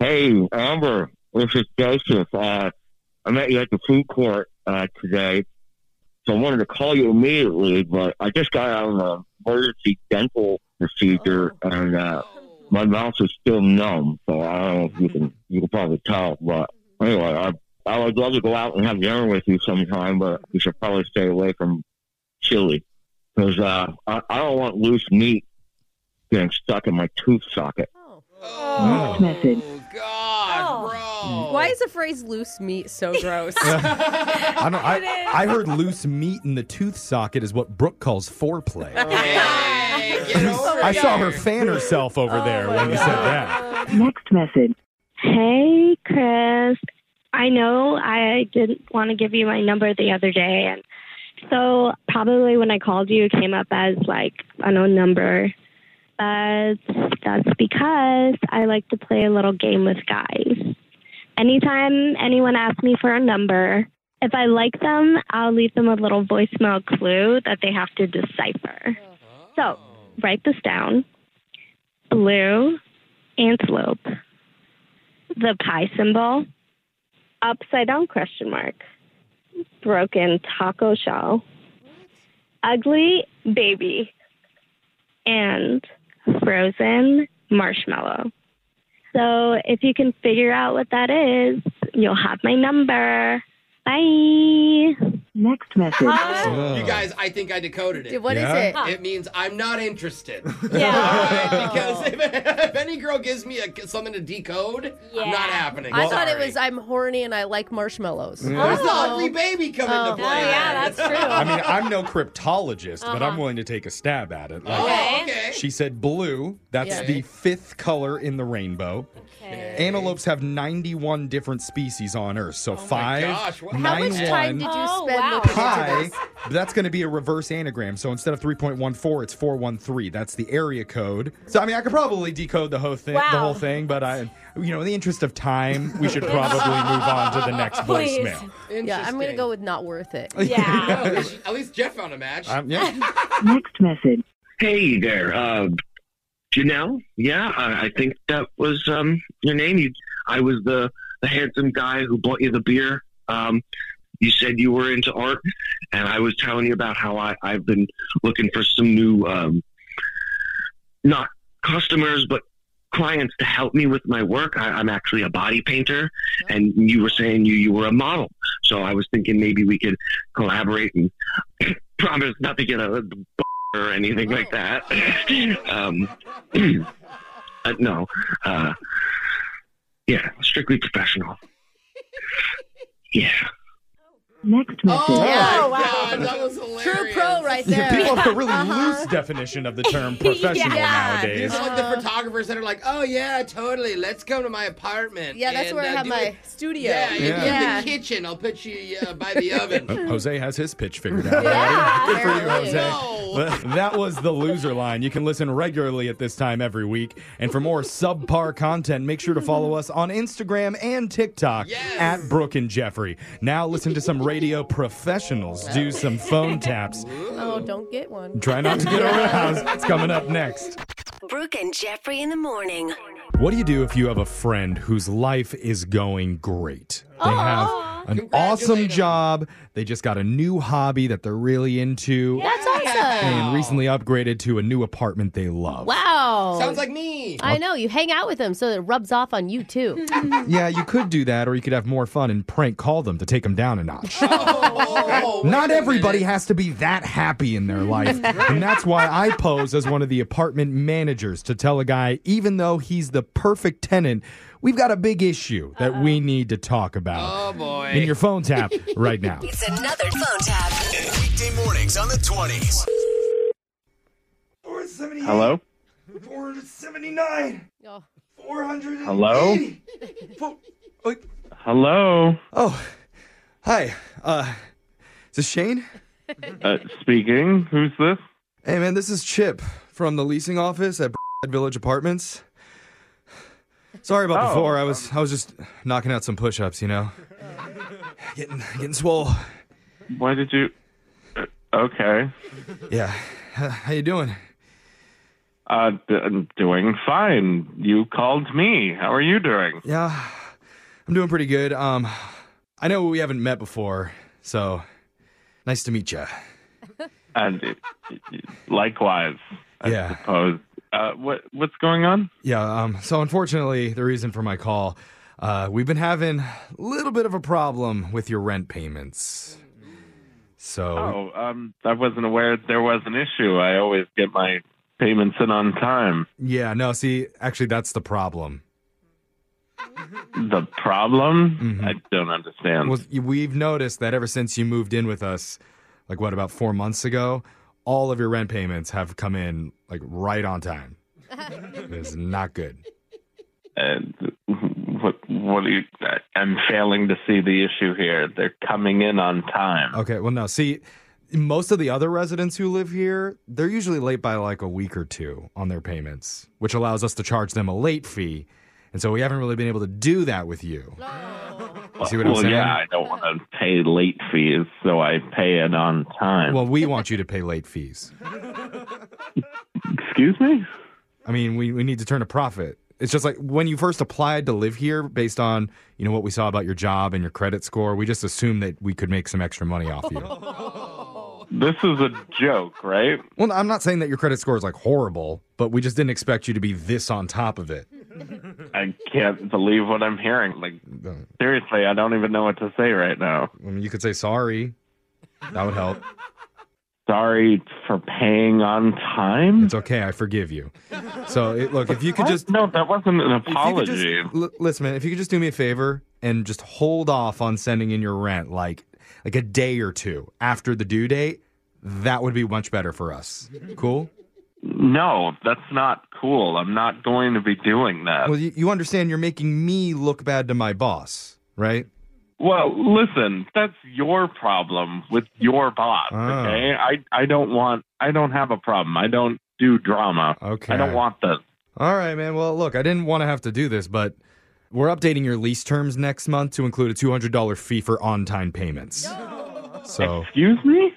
[SPEAKER 16] Hey, Amber, this is Joseph. Uh, I met you at the food court uh, today, so I wanted to call you immediately, but I just got out of an emergency dental procedure, and uh, my mouth is still numb, so I don't know if you can you can probably tell. But anyway, I I would love to go out and have dinner with you sometime, but you should probably stay away from chili because uh, I, I don't want loose meat getting stuck in my tooth socket.
[SPEAKER 3] Mm.
[SPEAKER 8] Next message.
[SPEAKER 2] Oh. Why is the phrase loose meat *laughs* so
[SPEAKER 3] *laughs*
[SPEAKER 2] gross?
[SPEAKER 3] I, don't, I, I heard loose meat in the tooth socket is what Brooke calls foreplay.
[SPEAKER 2] *laughs*
[SPEAKER 3] I saw
[SPEAKER 7] Oh,
[SPEAKER 3] her fan
[SPEAKER 1] Oh,
[SPEAKER 3] herself over
[SPEAKER 2] Oh
[SPEAKER 3] there when you said that.
[SPEAKER 8] Next message.
[SPEAKER 15] Hey, Chris. I know I didn't want to give you my number the other day, and so probably when I called you, it came up as like unknown number. But that's because I like to play a little game with guys. Anytime anyone asks me for a number, if I like them, I'll leave them a little voicemail clue that they have to decipher. So write this down blue antelope the pie symbol, upside down question mark, broken taco shell, ugly baby, and frozen marshmallow. So if you can figure out what that is, you'll have my number.
[SPEAKER 17] Bye. Next message.
[SPEAKER 1] You guys, I think I decoded it.
[SPEAKER 17] What is Yeah? it?
[SPEAKER 1] It means I'm not
[SPEAKER 3] *laughs*
[SPEAKER 1] interested. Yeah. because if, if any girl gives me a, something to decode, not happening.
[SPEAKER 2] I thought it
[SPEAKER 1] Sorry.
[SPEAKER 2] was I'm horny and I like marshmallows.
[SPEAKER 3] Yeah. There's the
[SPEAKER 1] ugly baby coming
[SPEAKER 2] oh.
[SPEAKER 1] into play.
[SPEAKER 2] yeah, that's true.
[SPEAKER 3] I mean, I'm no cryptologist, but I'm
[SPEAKER 2] Uh-huh.
[SPEAKER 3] willing to take a stab at it.
[SPEAKER 1] Oh, okay.
[SPEAKER 3] She said blue. That's
[SPEAKER 1] Yeah.
[SPEAKER 3] the fifth color in the rainbow. Antelopes have 91 different species on Earth. So five,
[SPEAKER 1] gosh, what-
[SPEAKER 2] Oh How
[SPEAKER 3] nine,
[SPEAKER 2] much time
[SPEAKER 3] one.
[SPEAKER 2] did you
[SPEAKER 11] Oh,
[SPEAKER 2] spend
[SPEAKER 11] wow.
[SPEAKER 2] looking into
[SPEAKER 3] Pi,
[SPEAKER 2] this?
[SPEAKER 3] that's going to be a reverse anagram. So instead of 3.14, it's 413. That's the area code. So I mean, I could probably decode the whole thing, the
[SPEAKER 11] Wow.
[SPEAKER 3] whole thing, but I, you know, in the interest of time,
[SPEAKER 2] *laughs*
[SPEAKER 3] we should probably move on to the next
[SPEAKER 2] Please.
[SPEAKER 3] voicemail.
[SPEAKER 2] Yeah, I'm gonna go with not worth it. *laughs*
[SPEAKER 3] *laughs*
[SPEAKER 1] Yeah. at, least, at least Jeff found a match.
[SPEAKER 3] Um, yeah.
[SPEAKER 17] *laughs* Next message.
[SPEAKER 16] Hey there, uh, Janelle. Yeah, I, I think that was um, your name. You, I was the, the handsome guy who bought you the beer. Um, you said you were into art, and I was telling you about how I, I've been looking for some new, um, not customers, but clients to help me with my work. I, I'm actually a body painter, and you were saying you you were a model. So I was thinking maybe we could collaborate and *clears throat* promise not to get a *laughs* or anything like that. *clears throat* um, uh, no, uh, yeah, strictly professional. Yeah.
[SPEAKER 17] Next message.
[SPEAKER 2] Oh,
[SPEAKER 1] my God, that was hilarious.
[SPEAKER 2] True pro Oh, right there.
[SPEAKER 3] People have a really loose definition of the
[SPEAKER 1] *laughs*
[SPEAKER 3] term *laughs* professional nowadays.
[SPEAKER 1] These are like
[SPEAKER 2] Uh-huh.
[SPEAKER 1] the photographers that are like, oh yeah, totally. Let's come to my apartment.
[SPEAKER 2] Yeah, that's
[SPEAKER 1] and,
[SPEAKER 2] where I
[SPEAKER 1] uh,
[SPEAKER 2] have
[SPEAKER 1] do
[SPEAKER 2] my
[SPEAKER 1] it-
[SPEAKER 2] studio.
[SPEAKER 1] Yeah, you do
[SPEAKER 3] Yeah.
[SPEAKER 1] it
[SPEAKER 2] Yeah.
[SPEAKER 1] in the kitchen. I'll put you uh, by
[SPEAKER 3] *laughs*
[SPEAKER 1] the oven.
[SPEAKER 3] Oh, Jose has his pitch figured out. Good for you, Jose. But That was the loser line. You can listen regularly at this time every week. And for more subpar content, make sure to follow us on Instagram and TikTok at Brooke and Jeffrey. Now listen to some radio professionals do some phone taps.
[SPEAKER 2] Oh, don't get one. *laughs*
[SPEAKER 3] Try not to get aroused. It's coming up next.
[SPEAKER 4] Brooke and Jeffrey in the morning.
[SPEAKER 3] What do you do if you have a friend whose life is going great? They have an awesome job. They just got a new hobby that they're really into.
[SPEAKER 2] That's
[SPEAKER 7] *laughs*
[SPEAKER 2] awesome.
[SPEAKER 3] And recently upgraded to a new apartment they love.
[SPEAKER 2] Wow.
[SPEAKER 1] Sounds like me.
[SPEAKER 2] I know. You hang out with them so it rubs off on you *laughs* too.
[SPEAKER 3] Yeah, you could do that, or you could have more fun and prank call them to take them down
[SPEAKER 4] *laughs*
[SPEAKER 3] a notch.
[SPEAKER 4] Oh,
[SPEAKER 3] Not everybody has to be that happy in their life. and that's why I pose as one of the apartment managers to tell a guy, even though he's the perfect tenant, we've got a big issue that we need to talk
[SPEAKER 4] Oh,
[SPEAKER 3] about.
[SPEAKER 4] boy.
[SPEAKER 3] In your phone tap right now.
[SPEAKER 4] It's another phone tap. Weekday mornings on the 20s.
[SPEAKER 12] Hello?
[SPEAKER 7] 479.
[SPEAKER 2] Oh.
[SPEAKER 7] 400.
[SPEAKER 12] Hello? Hello?
[SPEAKER 7] Oh, hi. Uh, is this Shane?
[SPEAKER 12] Uh, speaking. Who's this?
[SPEAKER 7] Hey, man, this is Chip from the leasing office at *laughs* Village Apartments. Sorry about
[SPEAKER 12] Oh,
[SPEAKER 7] before. I was I was just knocking out some push-ups, you know. *sighs* Getting getting swole.
[SPEAKER 12] Why did you? uh, Okay.
[SPEAKER 7] Yeah. Uh, How you doing?
[SPEAKER 12] Uh, d- I'm doing fine. You called me. How are you doing?
[SPEAKER 7] Yeah. I'm doing pretty good. Um I know we haven't met before, so nice to meet you.
[SPEAKER 12] And uh, likewise, I
[SPEAKER 7] Yeah.
[SPEAKER 12] suppose. Uh, what what's going on?
[SPEAKER 7] Yeah, um so unfortunately, the reason for my call, uh we've been having a little bit of a problem with your rent payments. So
[SPEAKER 12] Oh, um, I wasn't aware there was an issue. I always get my payments in on time.
[SPEAKER 7] Yeah, no, see, actually that's the problem.
[SPEAKER 12] The problem?
[SPEAKER 7] Mm-hmm.
[SPEAKER 12] I don't understand.
[SPEAKER 7] Well, you- we've noticed that ever since you moved in with us, like what about 4 months ago, all of your rent payments have come in like right on time. it's not good.
[SPEAKER 12] And what what do you? I- I'm failing to see the issue here. They're coming in on time.
[SPEAKER 7] Okay, well, no. See, most of the other residents who live here, they're usually late by like a week or two on their payments, which allows us to charge them a late fee. And so we haven't really been able to do that with you. You see what I'm
[SPEAKER 12] well,
[SPEAKER 7] saying?
[SPEAKER 12] yeah, I don't want to pay late fees, so I pay it on time.
[SPEAKER 7] Well, we want you to pay late fees.
[SPEAKER 12] Excuse me?
[SPEAKER 7] I mean, we, we need to turn a profit. It's just like when you first applied to live here, based on you know what we saw about your job and your credit score, we just assumed that we could make some extra money off
[SPEAKER 1] *laughs*
[SPEAKER 7] you.
[SPEAKER 12] *laughs* This is a joke, right?
[SPEAKER 7] Well, I'm not saying that your credit score is like horrible, but we just didn't expect you to be this on top of it.
[SPEAKER 12] I can't believe what I'm hearing. Like, seriously, I don't even know what to say right now.
[SPEAKER 3] I mean, you could say sorry. That would help.
[SPEAKER 12] Sorry for paying on time.
[SPEAKER 3] It's okay. I forgive you. So it, look, if you could
[SPEAKER 12] What?
[SPEAKER 3] just
[SPEAKER 12] no, that wasn't an
[SPEAKER 3] If you could just-
[SPEAKER 12] apology.
[SPEAKER 3] l- listen, man, if you could just do me a favor and just hold off on sending in your rent, like like a day or two after the due date, that would be much better for us. Cool.
[SPEAKER 12] No, that's not cool. I'm not going to be doing that.
[SPEAKER 3] Well, you, you understand you're making me look bad to my boss, right?
[SPEAKER 12] Well, listen, that's your problem with your boss.
[SPEAKER 3] Oh.
[SPEAKER 12] Okay, I I don't want. I don't have a problem. I don't do drama.
[SPEAKER 3] Okay,
[SPEAKER 12] I don't want this.
[SPEAKER 3] All right, man. Well, look, I didn't want to have to do this, but we're updating your lease terms next month to include a $200 fee for on-time payments. So,
[SPEAKER 12] excuse me?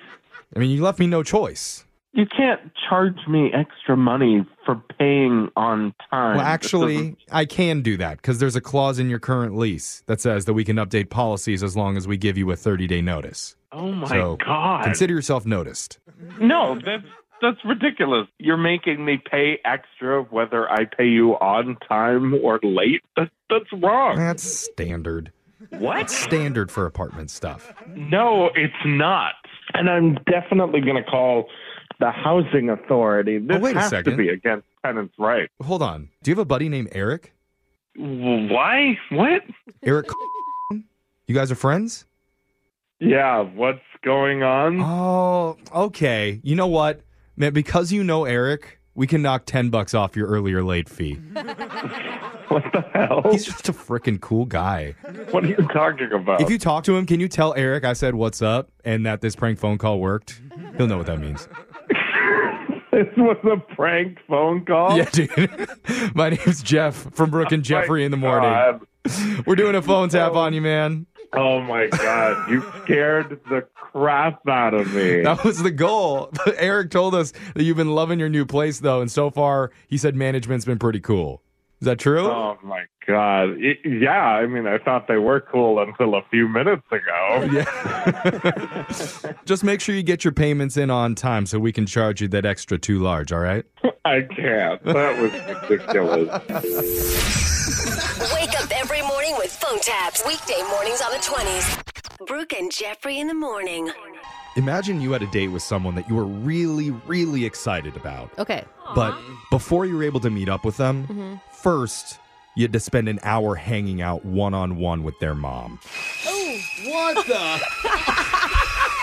[SPEAKER 3] I mean, you left me no choice.
[SPEAKER 12] You can't charge me extra money for paying on time.
[SPEAKER 3] Well,
[SPEAKER 12] This
[SPEAKER 3] actually,
[SPEAKER 12] isn't-
[SPEAKER 3] I can do that because there's a clause in your current lease that says that we can update policies as long as we give you a 30 day notice.
[SPEAKER 12] oh my
[SPEAKER 3] So,
[SPEAKER 12] god!
[SPEAKER 3] Consider yourself noticed.
[SPEAKER 12] no, that's that's ridiculous. You're making me pay extra whether I pay you on time or late. That, that's wrong.
[SPEAKER 3] That's standard.
[SPEAKER 12] What?
[SPEAKER 3] Standard for apartment stuff.
[SPEAKER 12] No, it's not. And I'm definitely going to call the housing authority. This
[SPEAKER 3] Oh, wait a
[SPEAKER 12] has
[SPEAKER 3] second.
[SPEAKER 12] to be *laughs* against tenants' rights.
[SPEAKER 3] Hold on. Do you have a buddy named Eric?
[SPEAKER 12] Why? What?
[SPEAKER 3] Eric. you guys are friends?
[SPEAKER 12] Yeah, what's going on?
[SPEAKER 3] Oh, okay. You know what? Man, because you know Eric, we can knock 10 bucks off your earlier late fee.
[SPEAKER 12] what the hell?
[SPEAKER 3] He's just a freaking cool guy.
[SPEAKER 12] What are you talking about?
[SPEAKER 3] If you talk to him, can you tell Eric I said what's up and that this prank phone call worked? He'll know what that means.
[SPEAKER 12] *laughs* this was a prank phone call?
[SPEAKER 3] Yeah, dude. *laughs* My name's Jeff from
[SPEAKER 12] *laughs*
[SPEAKER 3] Brooke and Jeffrey in the morning.
[SPEAKER 12] God.
[SPEAKER 3] *laughs* We're doing a phone tap on you, man.
[SPEAKER 12] Oh my god, you scared the crap out of me.
[SPEAKER 3] *laughs* That was the goal. *laughs* But Eric told us that you've been loving your new place though, and so far he said management's been pretty cool. Is that true?
[SPEAKER 12] Oh my god. It- yeah, I mean, I thought they were cool until a few minutes ago. Oh.
[SPEAKER 3] Just make sure you get your payments in on time so we can charge you that extra too large, all right?
[SPEAKER 12] *laughs* I can't. That was ridiculous.
[SPEAKER 4] Wake up every morning with phone taps. Weekday mornings on the 20s. Brooke and Jeffrey in the morning.
[SPEAKER 3] Imagine you had a date with someone that you were really, really excited about.
[SPEAKER 2] Okay.
[SPEAKER 3] But before you were able to meet up with them,
[SPEAKER 1] Mm-hmm.
[SPEAKER 3] first you had to spend an hour hanging out one on one with their mom.
[SPEAKER 1] Oh, what the? *laughs*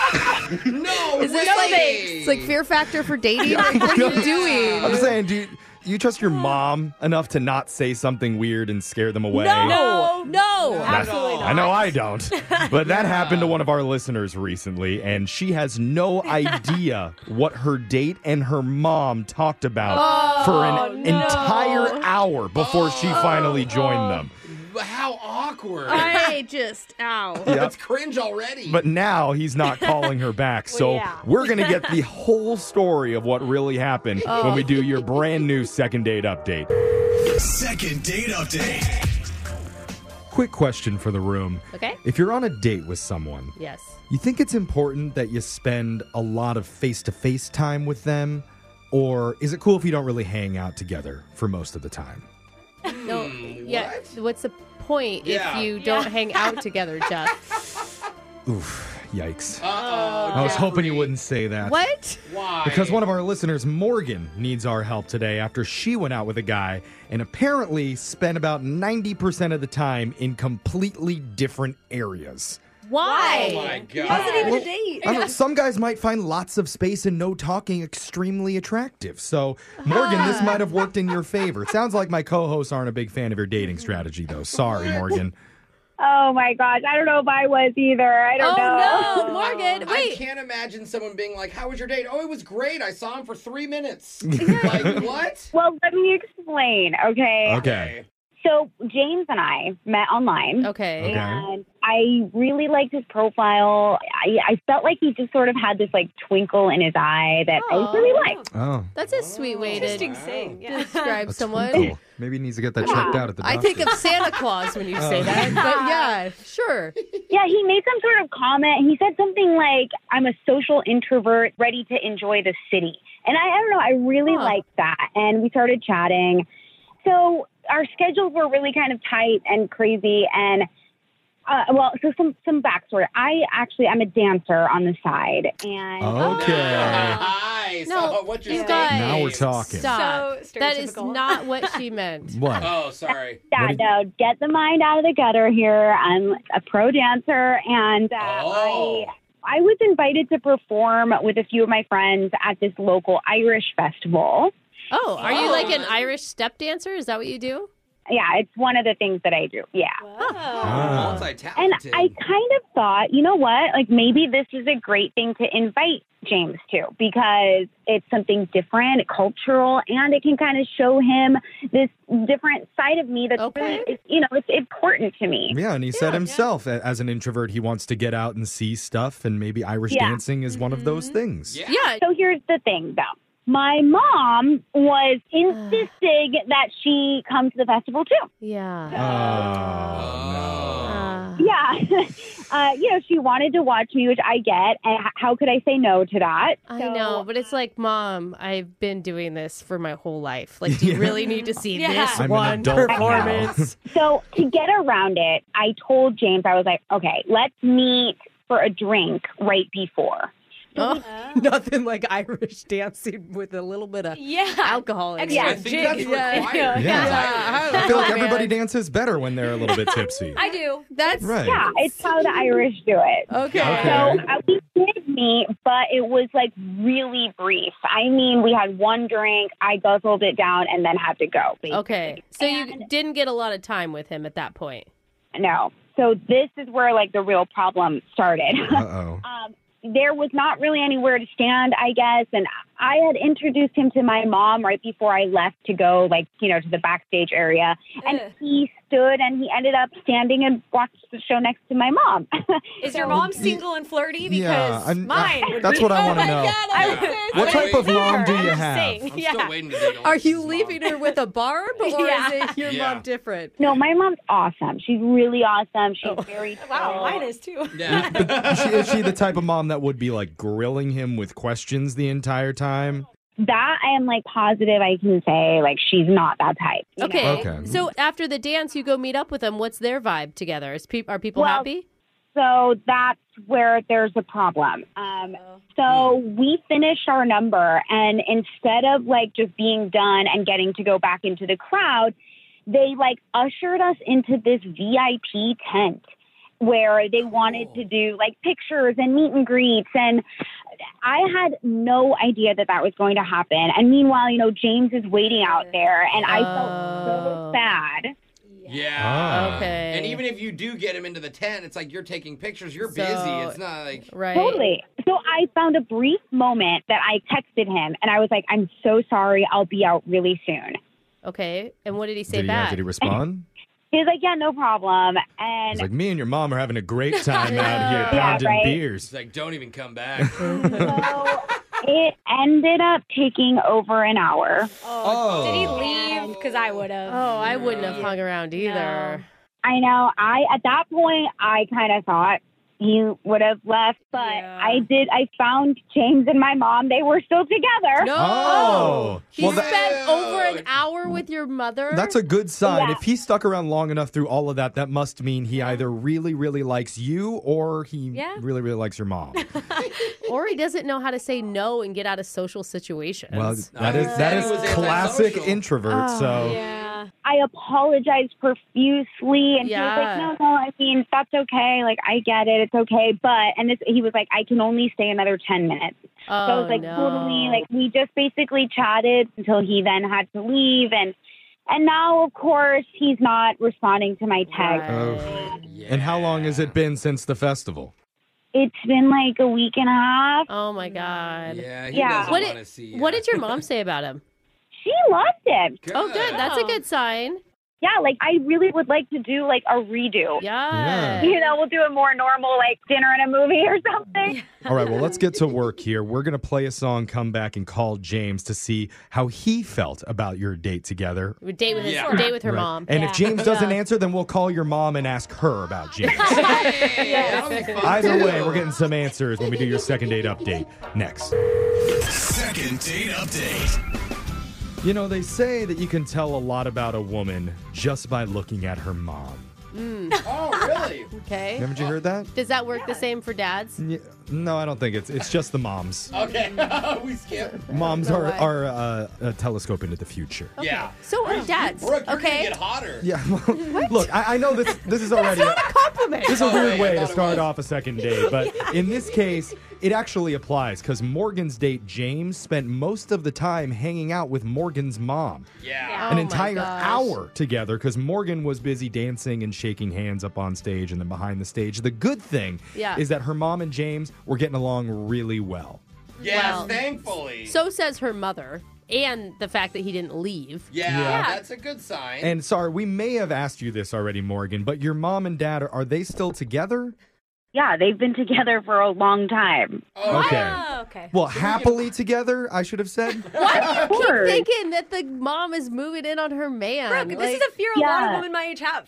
[SPEAKER 1] no
[SPEAKER 7] Is
[SPEAKER 1] way.
[SPEAKER 7] this like it's like Fear Factor for
[SPEAKER 1] *laughs*
[SPEAKER 7] dating? Like, what are you doing?
[SPEAKER 3] I'm saying, do you, you trust your mom enough to not say something weird and scare them away?
[SPEAKER 7] No,
[SPEAKER 2] no,
[SPEAKER 3] That- I know I don't.
[SPEAKER 1] *laughs*
[SPEAKER 2] *laughs*
[SPEAKER 3] But that happened to one of our listeners recently, and she has
[SPEAKER 1] *laughs*
[SPEAKER 3] no idea what her date and her mom talked about
[SPEAKER 1] Oh,
[SPEAKER 3] for an
[SPEAKER 1] no. Oh.
[SPEAKER 3] entire hour before she finally joined them.
[SPEAKER 1] How awkward.
[SPEAKER 7] I just ow.
[SPEAKER 3] Yep.
[SPEAKER 1] It's cringe already.
[SPEAKER 3] But now he's not calling her back. so we're going to get the whole story of what really happened
[SPEAKER 1] Oh.
[SPEAKER 3] when we do your brand new second date update.
[SPEAKER 14] Second date update.
[SPEAKER 3] Quick question for the room.
[SPEAKER 2] Okay.
[SPEAKER 3] If you're on a date with someone,
[SPEAKER 2] Yes.
[SPEAKER 3] you think it's important that you spend a lot of face to face time with them? Or is it cool if you don't really hang out together for most of the time?
[SPEAKER 2] No. Yeah. What's the point
[SPEAKER 1] Hmm, Yeah.
[SPEAKER 2] if you don't
[SPEAKER 1] Yeah.
[SPEAKER 2] hang out
[SPEAKER 1] *laughs*
[SPEAKER 2] together, Jeff?
[SPEAKER 3] Oof, yikes.
[SPEAKER 1] Uh-oh,
[SPEAKER 3] I was
[SPEAKER 1] Jeffrey.
[SPEAKER 3] hoping you wouldn't say that.
[SPEAKER 2] Oh, What?
[SPEAKER 1] Why?
[SPEAKER 3] Because one of our listeners, Morgan, needs our help today after she went out with a guy and apparently spent about 90% of the time in completely different areas.
[SPEAKER 2] Why?
[SPEAKER 1] Oh my god.
[SPEAKER 3] How's it even a Well, date?
[SPEAKER 7] *laughs*
[SPEAKER 3] I don't know, some guys might find lots of space and no talking extremely attractive. So, Morgan, this might have worked in your favor. It sounds like my co hosts aren't a big fan of your dating strategy, though. Sorry, Morgan.
[SPEAKER 8] Oh my gosh, I don't know if I was either. I don't
[SPEAKER 1] Oh,
[SPEAKER 8] know. Oh,
[SPEAKER 2] Morgan.
[SPEAKER 1] I can't imagine someone being like, "How was your date? Oh, it was great. I saw him for three
[SPEAKER 3] *laughs*
[SPEAKER 1] minutes." like what?
[SPEAKER 8] Well, let me explain, okay?
[SPEAKER 3] Okay.
[SPEAKER 8] So James and I met online.
[SPEAKER 2] Okay.
[SPEAKER 3] Okay.
[SPEAKER 8] And I really liked his profile. I, I felt like he just sort of had this like twinkle in his eye that I really liked.
[SPEAKER 3] Oh.
[SPEAKER 2] That's a sweet way to
[SPEAKER 18] Interesting saying. Yeah.
[SPEAKER 2] describe someone.
[SPEAKER 3] Maybe he needs to get that
[SPEAKER 2] Yeah.
[SPEAKER 3] checked out at the
[SPEAKER 2] I
[SPEAKER 3] doctor.
[SPEAKER 2] think of Santa Claus when you say
[SPEAKER 3] Oh.
[SPEAKER 2] that.
[SPEAKER 1] *laughs*
[SPEAKER 2] But yeah, sure.
[SPEAKER 8] Yeah, he made some sort of comment. He said something like, I'm a social introvert ready to enjoy the city. And I, I don't know, I really liked that. And we started chatting. So our schedules were really kind of tight and crazy. And uh, well, so some some backstory. I actually I'm a dancer on the side, and um,
[SPEAKER 7] Okay.
[SPEAKER 2] No,
[SPEAKER 7] what
[SPEAKER 2] you guys,
[SPEAKER 19] Now we're talking.
[SPEAKER 2] Stop.
[SPEAKER 7] So
[SPEAKER 2] that is
[SPEAKER 7] stereotypical.
[SPEAKER 2] not what she meant.
[SPEAKER 19] What?
[SPEAKER 1] Oh, sorry.
[SPEAKER 8] Yeah, no, get the mind out of the gutter here. I'm a pro dancer, and
[SPEAKER 2] Oh,
[SPEAKER 8] uh,
[SPEAKER 11] Oh.
[SPEAKER 8] I I was invited to perform with a few of my friends at this local Irish festival.
[SPEAKER 2] Oh, are you
[SPEAKER 8] Oh.
[SPEAKER 2] like an Irish step dancer? Is that what you do?
[SPEAKER 8] Yeah, it's one of the things that I do. Yeah.
[SPEAKER 7] Oh.
[SPEAKER 8] And
[SPEAKER 2] Multi-talented.
[SPEAKER 8] I kind of thought, you know what? Like maybe this is a great thing to invite James to because it's something different, cultural, and it can kind of show him this different side of me that's really, it's, you know, it's important to me.
[SPEAKER 3] Yeah, and he said himself, a- as an introvert, he wants to get out and see stuff, and maybe Irish
[SPEAKER 8] Yeah.
[SPEAKER 3] dancing is one of those things.
[SPEAKER 8] Yeah. So here's the thing, though. My mom was insisting that she come to the festival too.
[SPEAKER 2] Yeah.
[SPEAKER 3] Oh.
[SPEAKER 1] Oh.
[SPEAKER 2] Uh-huh.
[SPEAKER 8] Yeah. *laughs* uh, you know, she wanted to watch me, which I get. And h- how could I say no to that?
[SPEAKER 2] I know, but it's like, mom, I've been doing this for my whole life. Like, do you really need to see
[SPEAKER 8] Yeah.
[SPEAKER 2] this
[SPEAKER 8] I'm an
[SPEAKER 2] one
[SPEAKER 8] adult now. *laughs*
[SPEAKER 2] performance?
[SPEAKER 8] So to get around it, I told James, I was like, okay, let's meet for a drink right before.
[SPEAKER 7] *laughs* Uh-huh. Nothing like Irish dancing with a little bit of
[SPEAKER 11] yeah.
[SPEAKER 7] alcohol in
[SPEAKER 11] Extra
[SPEAKER 7] it.
[SPEAKER 11] I think jig. that's Yeah. required.
[SPEAKER 3] Yeah. I feel like everybody dances better when they're a little bit tipsy.
[SPEAKER 11] I do.
[SPEAKER 2] That's
[SPEAKER 3] Right.
[SPEAKER 8] yeah, it's how the Irish do it.
[SPEAKER 2] Okay.
[SPEAKER 3] Okay.
[SPEAKER 8] So uh, we did meet, but it was like really brief. I mean, we had one drink, I guzzled it down, and then had to go. basically.
[SPEAKER 2] Okay. So you didn't get a lot of time with him at that point.
[SPEAKER 8] No. So this is where like the real problem started.
[SPEAKER 3] Uh-oh.
[SPEAKER 8] *laughs* um, there was not really anywhere to stand, I guess, and I had introduced him to my mom right before I left to go like, you know, to the backstage area. And he stood and he ended up standing and watched the show next to my mom. *laughs*
[SPEAKER 11] Is your mom single and flirty? Because
[SPEAKER 3] Yeah, I'm-
[SPEAKER 11] mine.
[SPEAKER 3] I-
[SPEAKER 11] would
[SPEAKER 3] that's
[SPEAKER 11] be-
[SPEAKER 3] what I
[SPEAKER 11] *laughs* Oh
[SPEAKER 3] wanna
[SPEAKER 11] my
[SPEAKER 3] know.
[SPEAKER 11] God, I would say
[SPEAKER 3] What
[SPEAKER 11] it's
[SPEAKER 3] type of
[SPEAKER 11] over.
[SPEAKER 3] mom do
[SPEAKER 11] I'm
[SPEAKER 3] you
[SPEAKER 11] just
[SPEAKER 3] have?
[SPEAKER 11] saying, yeah.
[SPEAKER 7] Are you leaving her with a barb or is it your
[SPEAKER 8] Yeah.
[SPEAKER 7] mom different?
[SPEAKER 8] No, my mom's awesome. She's really awesome. She's very
[SPEAKER 11] Oh. *laughs*
[SPEAKER 1] Oh.
[SPEAKER 11] Wow, mine is too.
[SPEAKER 7] *laughs*
[SPEAKER 3] But she, is she the type of mom that would be like grilling him with questions the entire time?
[SPEAKER 8] that I am like positive I can say like she's not that type. you know?
[SPEAKER 2] Okay.
[SPEAKER 3] Okay.
[SPEAKER 2] So after the dance, you go meet up with them. What's their vibe together? Is peop are people
[SPEAKER 8] Well,
[SPEAKER 2] happy?
[SPEAKER 8] So that's where there's a problem. Um, so
[SPEAKER 2] Hmm.
[SPEAKER 8] we finished our number, and instead of like just being done and getting to go back into the crowd, they like ushered us into this VIP tent where they wanted
[SPEAKER 2] Oh.
[SPEAKER 8] to do like pictures and meet and greets and I had no idea that that was going to happen. And meanwhile, you know, James is waiting out there and I
[SPEAKER 2] Oh.
[SPEAKER 8] felt so bad.
[SPEAKER 1] Yeah.
[SPEAKER 2] Ah. Okay.
[SPEAKER 1] And even if you do get him into the tent, it's like you're taking pictures. You're
[SPEAKER 2] So-
[SPEAKER 1] busy. It's not like
[SPEAKER 2] Right.
[SPEAKER 8] Totally. So I found a brief moment that I texted him and I was like, I'm so sorry. I'll be out really soon.
[SPEAKER 2] Okay. And what did he say
[SPEAKER 3] Did he, uh,
[SPEAKER 2] back? *laughs*
[SPEAKER 3] did
[SPEAKER 8] *laughs*
[SPEAKER 3] he respond?
[SPEAKER 8] He was like, Yeah, no problem. And
[SPEAKER 3] He's like, me and your mom are having a great time out here
[SPEAKER 8] Yeah,
[SPEAKER 3] pounding
[SPEAKER 8] right.
[SPEAKER 3] beers.
[SPEAKER 1] it's like don't e-" even come back.
[SPEAKER 8] it ended up taking over an hour.
[SPEAKER 11] Oh, Did he leave? Because I would have.
[SPEAKER 2] Oh, I wouldn't have hung around either.
[SPEAKER 8] I know. I at that point I kind of thought he would have left, but I did. I found James and my mom. They were still together.
[SPEAKER 2] No.
[SPEAKER 3] Oh.
[SPEAKER 2] He
[SPEAKER 3] Well, that-
[SPEAKER 2] spent over an hour with your mother.
[SPEAKER 3] That's a good sign.
[SPEAKER 2] Yeah.
[SPEAKER 3] If he stuck around long enough through all of that, that must mean he either really, really likes you or he
[SPEAKER 2] Yeah.
[SPEAKER 3] really, really likes your mom.
[SPEAKER 2] *laughs* or he doesn't know how to say no and get out of social situations.
[SPEAKER 3] Well, that is that is classic introvert.
[SPEAKER 8] Oh,
[SPEAKER 2] Oh,
[SPEAKER 3] so
[SPEAKER 8] I apologized profusely, and he
[SPEAKER 2] Yeah.
[SPEAKER 8] was like, "No, no. I mean, that's okay. Like, I get it. It's okay." But and this, he was like, "I can only stay another ten minutes." so I
[SPEAKER 2] Oh,
[SPEAKER 8] was like,
[SPEAKER 2] no.
[SPEAKER 8] "Totally." Like, we just basically chatted until he then had to leave, and and now, of course, he's not responding to my text.
[SPEAKER 3] Oh. And how long has it been since the festival?
[SPEAKER 8] It's been like a week and a half.
[SPEAKER 2] Oh my god.
[SPEAKER 1] Yeah,
[SPEAKER 8] he Yeah. doesn't
[SPEAKER 2] What
[SPEAKER 8] wanna
[SPEAKER 2] did,
[SPEAKER 8] see
[SPEAKER 2] What did your mom say about him?
[SPEAKER 8] She loved him.
[SPEAKER 2] Oh, good. That's a good sign.
[SPEAKER 8] Yeah, like I really would like to do like a redo.
[SPEAKER 3] Yeah.
[SPEAKER 8] You know, we'll do a more normal like dinner and a movie or something.
[SPEAKER 3] All right, well, let's get to work here. We're going to play a song, come back, and call James to see how he felt about your date together.
[SPEAKER 2] Date with his, date with her
[SPEAKER 3] Right.
[SPEAKER 2] mom.
[SPEAKER 3] And
[SPEAKER 2] *laughs*
[SPEAKER 3] if James doesn't
[SPEAKER 2] Yeah.
[SPEAKER 3] answer, then we'll call your mom and ask her about James.
[SPEAKER 20] fun,
[SPEAKER 3] Either way, we're getting some answers when we do your second date update next.
[SPEAKER 20] Second date update.
[SPEAKER 3] You know, they say that you can tell a lot about a woman just by looking at her mom.
[SPEAKER 2] Oh, really? okay.
[SPEAKER 3] Haven't you heard that?
[SPEAKER 2] Does that work the same for dads?
[SPEAKER 3] Yeah, no, I don't think it's it's just the moms.
[SPEAKER 1] *laughs*
[SPEAKER 2] Okay, we skip.
[SPEAKER 3] Moms are are uh, a telescope into the future.
[SPEAKER 7] Oh,
[SPEAKER 2] Yeah. So are dads.
[SPEAKER 1] Brooke, you're
[SPEAKER 2] okay.
[SPEAKER 1] gonna get hotter.
[SPEAKER 2] *laughs*
[SPEAKER 3] Yeah. well, Look, I, I know this this is already
[SPEAKER 2] a compliment.
[SPEAKER 3] This is a
[SPEAKER 1] Oh, wait,
[SPEAKER 3] weird way
[SPEAKER 1] I
[SPEAKER 3] to
[SPEAKER 1] thought it
[SPEAKER 3] start off a second date, but in this case, it actually applies because Morgan's date James spent most of the time hanging out with Morgan's mom.
[SPEAKER 1] Yeah.
[SPEAKER 7] Oh
[SPEAKER 3] An entire hour together because Morgan was busy dancing and shaking hands up on stage and then behind the stage. The good thing
[SPEAKER 2] Yeah.
[SPEAKER 3] is that her mom and James were getting along really well.
[SPEAKER 1] Yes,
[SPEAKER 2] Well,
[SPEAKER 1] thankfully.
[SPEAKER 2] So says her mother, and the fact that he didn't leave.
[SPEAKER 1] yeah,
[SPEAKER 3] Yeah.
[SPEAKER 1] that's a good sign.
[SPEAKER 2] *laughs*
[SPEAKER 3] And sorry, we may have asked you this already, Morgan, but your mom and dad are, are they still together?
[SPEAKER 8] Yeah, they've been together for a long time.
[SPEAKER 3] okay.
[SPEAKER 2] okay.
[SPEAKER 3] Well, happily together, I should have said.
[SPEAKER 1] *laughs*
[SPEAKER 2] Why do you keep
[SPEAKER 3] Word.
[SPEAKER 2] thinking that the mom is moving in on her man?
[SPEAKER 11] Brooke, this is a fear a lot of women my age have.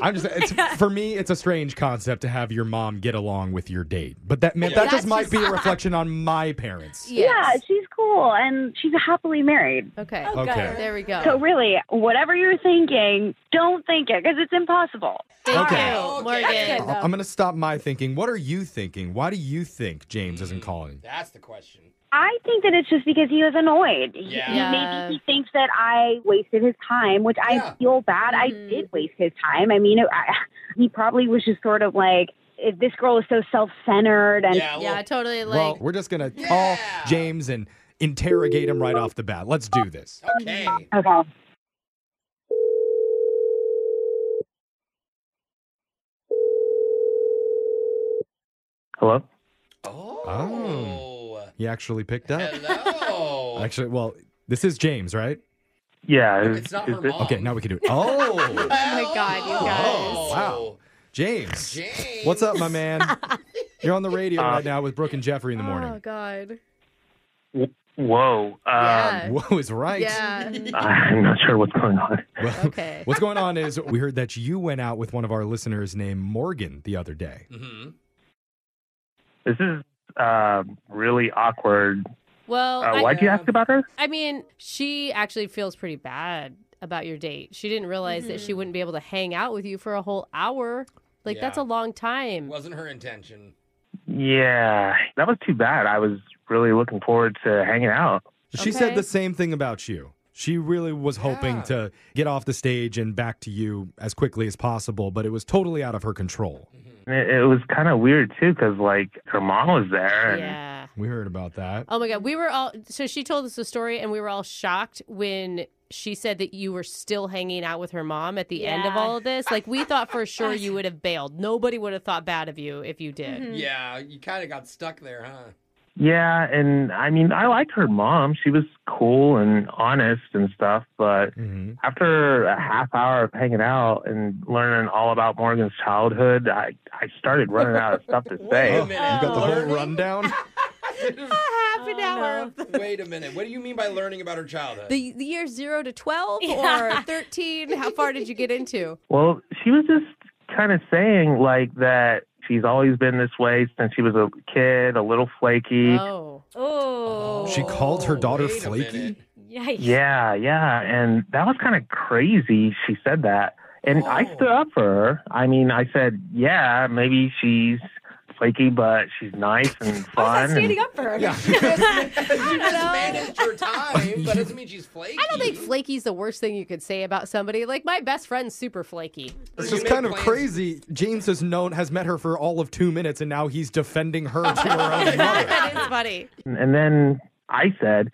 [SPEAKER 3] I'm just it's, for me, it's a strange concept to have your mom get along with your date, but that man,
[SPEAKER 8] Yeah.
[SPEAKER 3] that
[SPEAKER 8] That's
[SPEAKER 3] just might be a
[SPEAKER 8] just-
[SPEAKER 3] reflection on my
[SPEAKER 8] *laughs*
[SPEAKER 3] parents.
[SPEAKER 8] Yeah, she's cool and she's happily married.
[SPEAKER 2] Okay.
[SPEAKER 3] Okay. Okay.
[SPEAKER 2] There we go.
[SPEAKER 8] So really, whatever you're thinking, don't think it because it's impossible.
[SPEAKER 3] Okay.
[SPEAKER 2] Morgan.
[SPEAKER 3] I'll- I'm going to stop my thinking. What are you thinking? Why do you think James isn't calling?
[SPEAKER 1] That's the question.
[SPEAKER 8] I think that it's just because he was annoyed. He-
[SPEAKER 1] Yeah.
[SPEAKER 8] he-
[SPEAKER 1] Yeah.
[SPEAKER 8] Maybe he thinks that I wasted his time, which I feel bad.
[SPEAKER 2] Mm-hmm.
[SPEAKER 8] I did waste his time. I mean, it, I, he probably was just sort of like, if this girl is so self centered and
[SPEAKER 2] yeah, totally. Like,
[SPEAKER 3] well, we're just going to call James and interrogate him right off the bat. Let's do this.
[SPEAKER 1] Okay.
[SPEAKER 8] Okay.
[SPEAKER 3] Hello? Oh. He actually picked up.
[SPEAKER 1] Hello.
[SPEAKER 3] Actually, well, this is James, right?
[SPEAKER 21] Yeah.
[SPEAKER 1] is- It's not is her this- mom.
[SPEAKER 3] Okay, now we can do it. Oh.
[SPEAKER 1] *laughs*
[SPEAKER 2] my God, you guys.
[SPEAKER 1] Oh,
[SPEAKER 3] Wow. James. What's up,
[SPEAKER 1] *laughs*
[SPEAKER 3] my man? You're on the radio right
[SPEAKER 21] Uh,
[SPEAKER 3] now with Brooke and Jeffrey in the morning.
[SPEAKER 7] Oh God.
[SPEAKER 21] Whoa. Um,
[SPEAKER 7] Yeah.
[SPEAKER 3] *laughs* Whoa is right.
[SPEAKER 7] Yeah.
[SPEAKER 21] I'm not sure what's
[SPEAKER 3] Oh,
[SPEAKER 21] going
[SPEAKER 3] *laughs*
[SPEAKER 21] on.
[SPEAKER 2] okay.
[SPEAKER 3] What's going on is we heard that you went out with one of our listeners named Morgan the other day.
[SPEAKER 1] Mm-hmm.
[SPEAKER 21] This is uh, really awkward.
[SPEAKER 2] *laughs* Well,
[SPEAKER 21] Uh,
[SPEAKER 2] I-
[SPEAKER 21] why'd you ask about her?
[SPEAKER 2] I mean, she actually feels pretty bad about your date. She didn't realize that
[SPEAKER 1] Mm-hmm.
[SPEAKER 2] she wouldn't be able to hang out with you for a whole hour. Like that's a
[SPEAKER 1] Yeah.
[SPEAKER 2] long time.
[SPEAKER 1] Wasn't her intention.
[SPEAKER 21] Yeah. That was too bad. I was really looking forward to hanging out.
[SPEAKER 3] She said the same thing about you. She really was hoping to get off the stage and back to you as quickly as possible, but it was totally out of her control.
[SPEAKER 21] It, it was kind of weird, too, because, like, her mom was there. And
[SPEAKER 2] Yeah.
[SPEAKER 3] We heard about that.
[SPEAKER 2] Oh my god, we were all so she told us the story and we were all shocked when she said that you were still hanging out with her mom at the end of
[SPEAKER 1] Yeah.
[SPEAKER 2] all of this. Like we thought for sure
[SPEAKER 1] *laughs*
[SPEAKER 2] you would have bailed. Nobody would have thought bad of you if you did.
[SPEAKER 1] Yeah, you kind of got stuck there, huh?
[SPEAKER 21] Yeah, and I mean, I liked her mom. She was cool and honest and stuff. But
[SPEAKER 3] Mm-hmm.
[SPEAKER 21] after a half hour of hanging out and learning all about Morgan's childhood, I, I started running out of stuff to say.
[SPEAKER 3] Oh, you got the whole rundown?
[SPEAKER 2] half an hour.
[SPEAKER 1] Wait a minute. What do you mean by learning about her childhood?
[SPEAKER 2] The the year 0 to 12
[SPEAKER 7] Yeah.
[SPEAKER 2] or 13, how far did you get
[SPEAKER 1] *laughs*
[SPEAKER 2] into?
[SPEAKER 21] Well, she was just kind of saying like that she's always been this way since she was a kid, a little flaky.
[SPEAKER 2] Oh.
[SPEAKER 11] Oh.
[SPEAKER 3] She called her daughter Flaky.
[SPEAKER 11] Yikes.
[SPEAKER 21] Yeah, yeah. And that was kind of crazy. She said that. And I stood up for her. I mean, I said, yeah, maybe she's flaky, but she's nice
[SPEAKER 2] *laughs* Oh,
[SPEAKER 21] and fun.
[SPEAKER 11] Standing
[SPEAKER 21] and-
[SPEAKER 11] up for her.
[SPEAKER 7] *laughs*
[SPEAKER 3] *laughs*
[SPEAKER 1] you just managed your time, but it doesn't mean she's flaky.
[SPEAKER 2] I don't think flaky's the worst thing you could say about somebody. Like my best friend's super
[SPEAKER 1] *laughs*
[SPEAKER 2] flaky. *laughs*
[SPEAKER 3] This is kind of crazy. James has known has met her for all of two minutes, and now he's
[SPEAKER 1] *laughs*
[SPEAKER 3] defending
[SPEAKER 1] Oh
[SPEAKER 3] her to her own mother.
[SPEAKER 2] that is funny.
[SPEAKER 21] and then I said,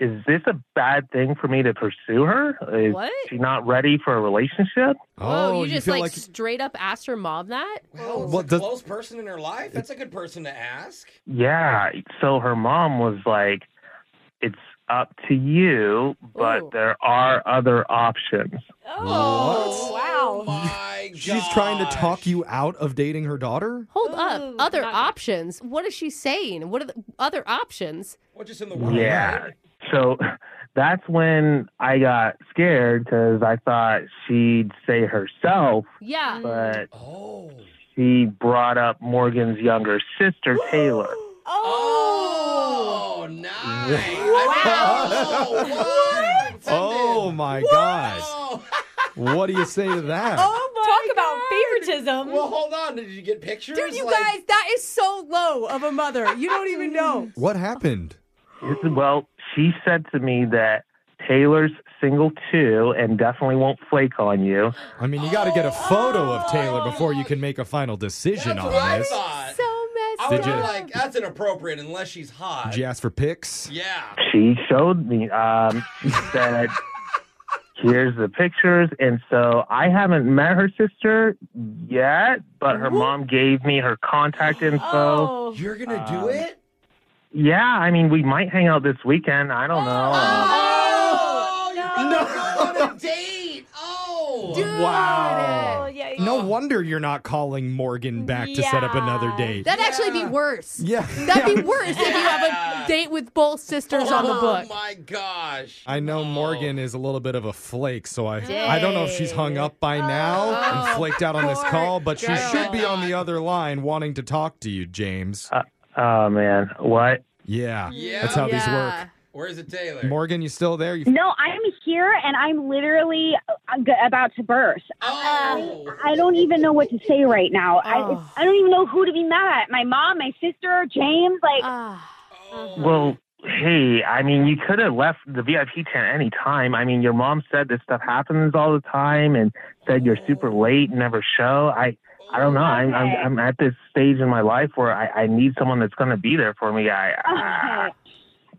[SPEAKER 21] is this a bad thing for me to pursue her? Is
[SPEAKER 2] What?
[SPEAKER 21] she not ready for a relationship?
[SPEAKER 3] Oh,
[SPEAKER 2] Whoa, you just like, straight up asked her mom that?
[SPEAKER 1] Well,
[SPEAKER 21] Well,
[SPEAKER 1] what
[SPEAKER 21] does-
[SPEAKER 1] close person in her life? That's a good person to ask.
[SPEAKER 21] Yeah. So her mom was like, it's up to you, but there are other options.
[SPEAKER 1] Oh, wow. my
[SPEAKER 3] She's trying to talk you out of dating her daughter?
[SPEAKER 2] Hold up. Other options. What is she saying? What are the other options?
[SPEAKER 1] What just in the
[SPEAKER 21] Yeah. So that's when I got scared because I thought she'd say herself,
[SPEAKER 2] Yeah.
[SPEAKER 21] but *gasps* she brought up Morgan's younger sister, Taylor.
[SPEAKER 1] Oh. Oh, nice.
[SPEAKER 3] *laughs*
[SPEAKER 1] Wow.
[SPEAKER 3] Oh my gosh. What do you say to that?
[SPEAKER 1] Oh.
[SPEAKER 7] Talk about favoritism.
[SPEAKER 1] Well, hold on. Did you get pictures?
[SPEAKER 7] Dude, you
[SPEAKER 1] Like-
[SPEAKER 7] guys, that is so low of a mother. You don't even
[SPEAKER 21] *laughs*
[SPEAKER 7] know.
[SPEAKER 21] What happened? Well, she said to me that Taylor's single too and definitely won't flake on you.
[SPEAKER 3] I mean, you got to get a photo of Taylor before you can make a final decision
[SPEAKER 1] That's
[SPEAKER 3] on
[SPEAKER 1] what I
[SPEAKER 3] this.
[SPEAKER 1] thought.
[SPEAKER 7] So
[SPEAKER 1] I
[SPEAKER 3] Did
[SPEAKER 1] would be
[SPEAKER 3] you-
[SPEAKER 1] like, that's inappropriate unless she's hot.
[SPEAKER 3] Did you ask for pics?
[SPEAKER 1] Yeah.
[SPEAKER 21] She showed me. Um, she
[SPEAKER 3] *laughs*
[SPEAKER 21] said, "Here's the pictures." And so I haven't met her sister yet, but her mom gave me her contact info.
[SPEAKER 1] You're going to do it?
[SPEAKER 21] Yeah, I mean, we might hang out this weekend. I don't know.
[SPEAKER 1] Oh, no. You're on a date. Oh.
[SPEAKER 3] Wow. No wonder you're not calling Morgan back to set up another date.
[SPEAKER 2] That'd actually be worse.
[SPEAKER 3] Yeah.
[SPEAKER 2] That'd be worse if you have a date with both sisters on the book.
[SPEAKER 1] Oh, my gosh.
[SPEAKER 3] I know Morgan is a little bit of a flake, so I I don't know if she's hung up by now
[SPEAKER 21] Oh,
[SPEAKER 3] and flaked out on this call, but she
[SPEAKER 21] girl.
[SPEAKER 3] should be on the other line wanting to talk to you, James.
[SPEAKER 21] oh man, what?
[SPEAKER 3] Yeah,
[SPEAKER 1] Yeah.
[SPEAKER 3] that's how these
[SPEAKER 1] Where's it Taylor?
[SPEAKER 3] work. Morgan, you still there? You
[SPEAKER 8] No, I'm here and I'm literally uh, g- about to burst. I, I don't even know what to say right now. I, it's- I don't even know who to be mad at. My mom, my sister, James. Like,
[SPEAKER 21] Well, hey, I mean, you could have left the VIP tent any time. I mean, your mom said this stuff happens all the time, and said you're super late, never show. I, I don't know. I'm, I'm, I'm at this stage in my life where I, I need someone that's going to be there for me. I,
[SPEAKER 8] I,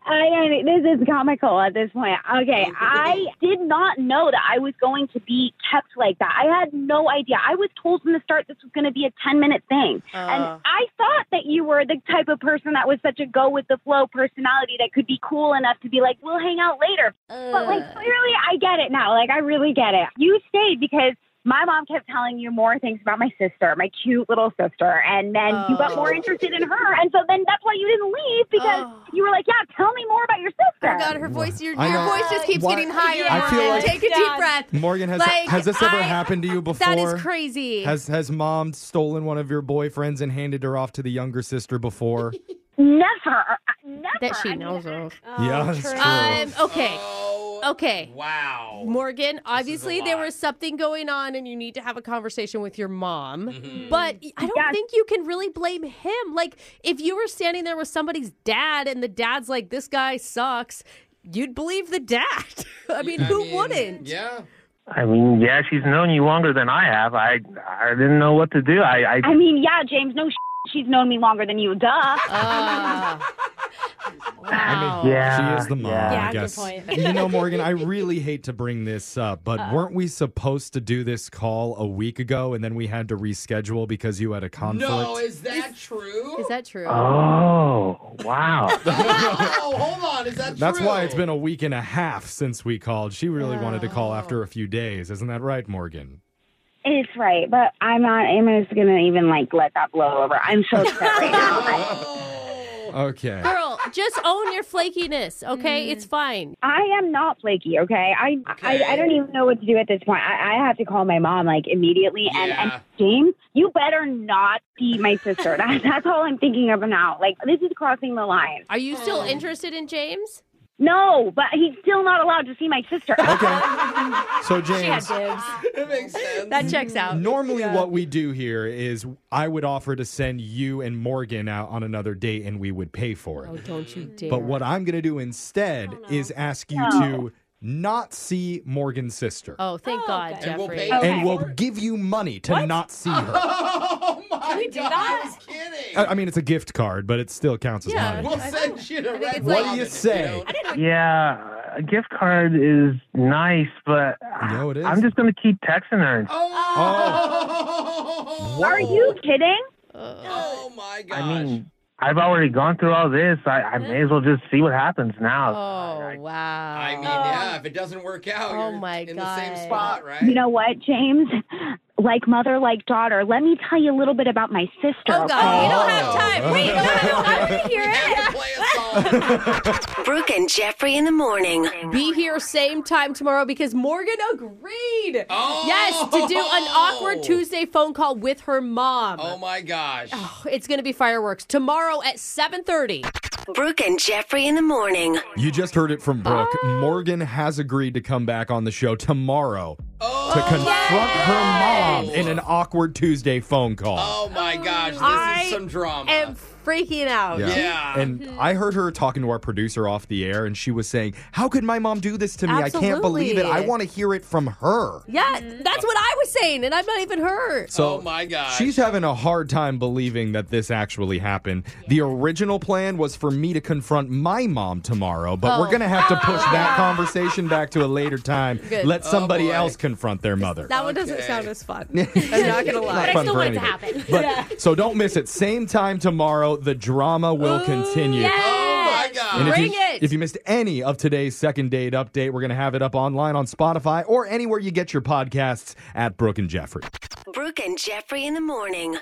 [SPEAKER 8] I, this is comical at this point. Okay, I did not know that I was going to be kept like that. I had no idea. I was told from the start this was going to be a 10 minute thing. and
[SPEAKER 22] Uh.
[SPEAKER 8] I thought that you were the type of person that was such a go with the flow personality that could be cool enough to be like, we'll hang out later. But, like, clearly I get it now. Like, I really get it. You stayed because. My mom kept telling you more things about my sister, my cute little sister, and then you got
[SPEAKER 2] Oh.
[SPEAKER 8] more interested in her, and so then that's why you didn't leave because you were like, "Yeah, tell me more about your sister."
[SPEAKER 2] Oh God, Oh. her voice, your,
[SPEAKER 3] I
[SPEAKER 2] your
[SPEAKER 3] know.
[SPEAKER 2] voice just keeps
[SPEAKER 3] Why-
[SPEAKER 2] getting higher.
[SPEAKER 3] I feel
[SPEAKER 2] and
[SPEAKER 3] like-
[SPEAKER 2] take a deep
[SPEAKER 3] Yeah.
[SPEAKER 2] breath.
[SPEAKER 3] work. Morgan, has
[SPEAKER 2] Like,
[SPEAKER 3] has this ever
[SPEAKER 2] I-
[SPEAKER 3] happened to you before?
[SPEAKER 2] *laughs* That is crazy.
[SPEAKER 3] Has has mom stolen one of your boyfriends and handed her off to the younger
[SPEAKER 2] *laughs*
[SPEAKER 3] sister before?
[SPEAKER 8] Never.
[SPEAKER 2] That she knows of.
[SPEAKER 3] yeah, that's true.
[SPEAKER 2] Um, okay. okay.
[SPEAKER 1] Wow.
[SPEAKER 2] Morgan, obviously there was something going on and you need to have a conversation with your mom. But I don't think you can really blame him. Like, if you were standing there with somebody's dad and the dad's like, this guy sucks, you'd believe the dad. *laughs* I mean, who wouldn't?
[SPEAKER 1] Yeah.
[SPEAKER 21] I mean, yeah, she's known you longer than I have. I, I didn't know what to do. I, I,
[SPEAKER 8] I mean, yeah, James. No, she's known me longer than you. Duh.
[SPEAKER 2] Ah.
[SPEAKER 3] I mean,
[SPEAKER 21] Yeah,
[SPEAKER 3] she is the mom,
[SPEAKER 21] yeah. Yeah,
[SPEAKER 3] I
[SPEAKER 21] good
[SPEAKER 3] guess.
[SPEAKER 21] point.
[SPEAKER 3] you know, Morgan, I really hate to bring this up, but weren't we supposed to do this call a week ago and then we had to reschedule because you had a conflict?
[SPEAKER 1] No, is that true?
[SPEAKER 2] Is that true?
[SPEAKER 3] Oh,
[SPEAKER 21] wow.
[SPEAKER 1] oh, hold on. Is that
[SPEAKER 3] *laughs* That's
[SPEAKER 1] true?
[SPEAKER 3] why it's been a week and a half since we called. She really wanted to call after a few days. Isn't that right, Morgan?
[SPEAKER 8] *laughs* It's right, but I'm not. I'm just gonna even like let that blow over. I'm
[SPEAKER 2] *laughs*
[SPEAKER 8] so upset right now.
[SPEAKER 3] Okay.
[SPEAKER 2] Girl, just own your flakiness, okay?
[SPEAKER 8] Mm.
[SPEAKER 2] It's fine.
[SPEAKER 8] I am not flaky, okay? I, I I don't even know what to do at this point. I, I have to call my mom like immediately. And,
[SPEAKER 2] Yeah.
[SPEAKER 8] and James, you better not be my sister. *laughs* That, that's all I'm thinking of now. Like this is crossing the line.
[SPEAKER 2] Are you
[SPEAKER 8] Oh.
[SPEAKER 2] still interested in James?
[SPEAKER 8] No, but he's still not allowed to see my sister. *laughs*
[SPEAKER 2] *laughs*
[SPEAKER 3] So, James.
[SPEAKER 1] It makes sense.
[SPEAKER 2] That checks out.
[SPEAKER 3] Normally, what we do here is I would offer to send you and Morgan out on another date and we would pay for it.
[SPEAKER 2] Oh, don't you dare.
[SPEAKER 3] But what I'm going to do instead is ask you
[SPEAKER 2] Oh, No.
[SPEAKER 3] to not see Morgan's sister.
[SPEAKER 2] Oh, thank God,
[SPEAKER 3] And
[SPEAKER 2] Jeffrey.
[SPEAKER 3] And we'll give you money to not *laughs* see her. *laughs*
[SPEAKER 1] Oh my
[SPEAKER 2] Can we do
[SPEAKER 1] God,
[SPEAKER 2] that?
[SPEAKER 1] I'm kidding.
[SPEAKER 3] I I mean, it's a gift card, but it still counts as money.
[SPEAKER 1] We'll send you to Red
[SPEAKER 3] What
[SPEAKER 1] Robin.
[SPEAKER 3] do you say?
[SPEAKER 21] yeah, a gift card is nice, but
[SPEAKER 3] no, it is. Oh.
[SPEAKER 21] I'm just going to keep texting her and
[SPEAKER 1] Oh.
[SPEAKER 8] Are you kidding?
[SPEAKER 1] Oh my God.
[SPEAKER 21] I mean, I've already gone through all this. I, I may as well just see what happens now.
[SPEAKER 2] Oh, wow.
[SPEAKER 1] I mean, yeah, if it doesn't work out,
[SPEAKER 2] Oh
[SPEAKER 1] you're
[SPEAKER 2] my God.
[SPEAKER 1] in the same spot, right?
[SPEAKER 8] You know what, James? Like mother, like daughter. Let me tell you a little bit about my sister.
[SPEAKER 4] Oh, God, we don't have
[SPEAKER 1] time. Wait, no,
[SPEAKER 4] I
[SPEAKER 2] want to hear
[SPEAKER 4] it. Brooke and Jeffrey in the morning.
[SPEAKER 2] Be here same time tomorrow because Morgan agreed.
[SPEAKER 1] Oh.
[SPEAKER 2] Yes, to do an
[SPEAKER 1] *laughs*
[SPEAKER 2] awkward Tuesday phone call with her mom.
[SPEAKER 1] Oh my gosh.
[SPEAKER 2] It's going to be fireworks tomorrow at 7:30.
[SPEAKER 4] Brooke and Jeffrey in the morning.
[SPEAKER 3] You just heard it from Brooke.
[SPEAKER 2] Oh.
[SPEAKER 3] Morgan has agreed to come back on the show tomorrow to confront her mom in an awkward Tuesday phone call.
[SPEAKER 1] Oh my gosh, this
[SPEAKER 2] I
[SPEAKER 1] is some drama.
[SPEAKER 2] am freaking out.
[SPEAKER 3] And I heard her talking to our producer off the air, and she was saying, How could my mom do this to me? I can't believe it. I
[SPEAKER 2] Absolutely.
[SPEAKER 3] want to hear it from her.
[SPEAKER 2] Yeah, that's what I was saying, and I'm not even her.
[SPEAKER 3] So oh my
[SPEAKER 1] gosh.
[SPEAKER 3] She's having a hard time believing that this actually happened. The original plan was for me to confront my mom tomorrow, but we're
[SPEAKER 2] Oh.
[SPEAKER 3] going to have to push
[SPEAKER 2] *laughs*
[SPEAKER 3] that conversation back to a later time.
[SPEAKER 2] Good.
[SPEAKER 3] Let
[SPEAKER 2] Oh,
[SPEAKER 3] somebody
[SPEAKER 2] boy.
[SPEAKER 3] else confront their mother.
[SPEAKER 2] That one doesn't sound as
[SPEAKER 3] *laughs*
[SPEAKER 2] fun. I'm not gonna lie.
[SPEAKER 3] Not fun for
[SPEAKER 2] wanted
[SPEAKER 3] anybody.
[SPEAKER 2] happen.
[SPEAKER 3] But *laughs*
[SPEAKER 2] yeah.
[SPEAKER 3] so don't miss it. Same time tomorrow. The drama will continue. Oh
[SPEAKER 2] my
[SPEAKER 7] Oh,
[SPEAKER 3] And if
[SPEAKER 2] Bring
[SPEAKER 3] you,
[SPEAKER 2] it.
[SPEAKER 3] if you missed any of today's second date update, we're going to have it up online on Spotify or anywhere you get your podcasts at Brooke and Jeffrey.
[SPEAKER 4] Brooke and Jeffrey in the morning.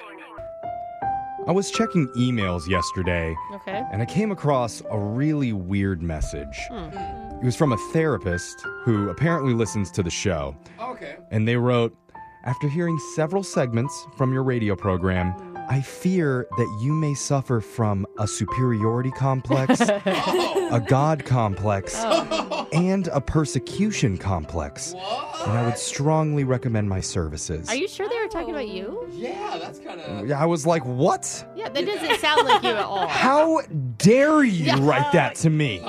[SPEAKER 3] I was checking emails yesterday
[SPEAKER 4] Okay. Hmm.
[SPEAKER 3] and I came across a really weird message. It was from a therapist who apparently listens to the show.
[SPEAKER 1] Okay.
[SPEAKER 3] And they wrote After hearing several segments from your radio program, I fear that you may suffer from a superiority complex, a God complex,
[SPEAKER 7] Oh.
[SPEAKER 3] and a persecution complex. And I would strongly recommend my services.
[SPEAKER 2] Are you sure they were talking about you?
[SPEAKER 1] Yeah, that's kind of.
[SPEAKER 3] I was like, what?
[SPEAKER 2] Yeah, that doesn't sound like you at
[SPEAKER 1] *laughs*
[SPEAKER 2] all.
[SPEAKER 3] How dare you write that to me?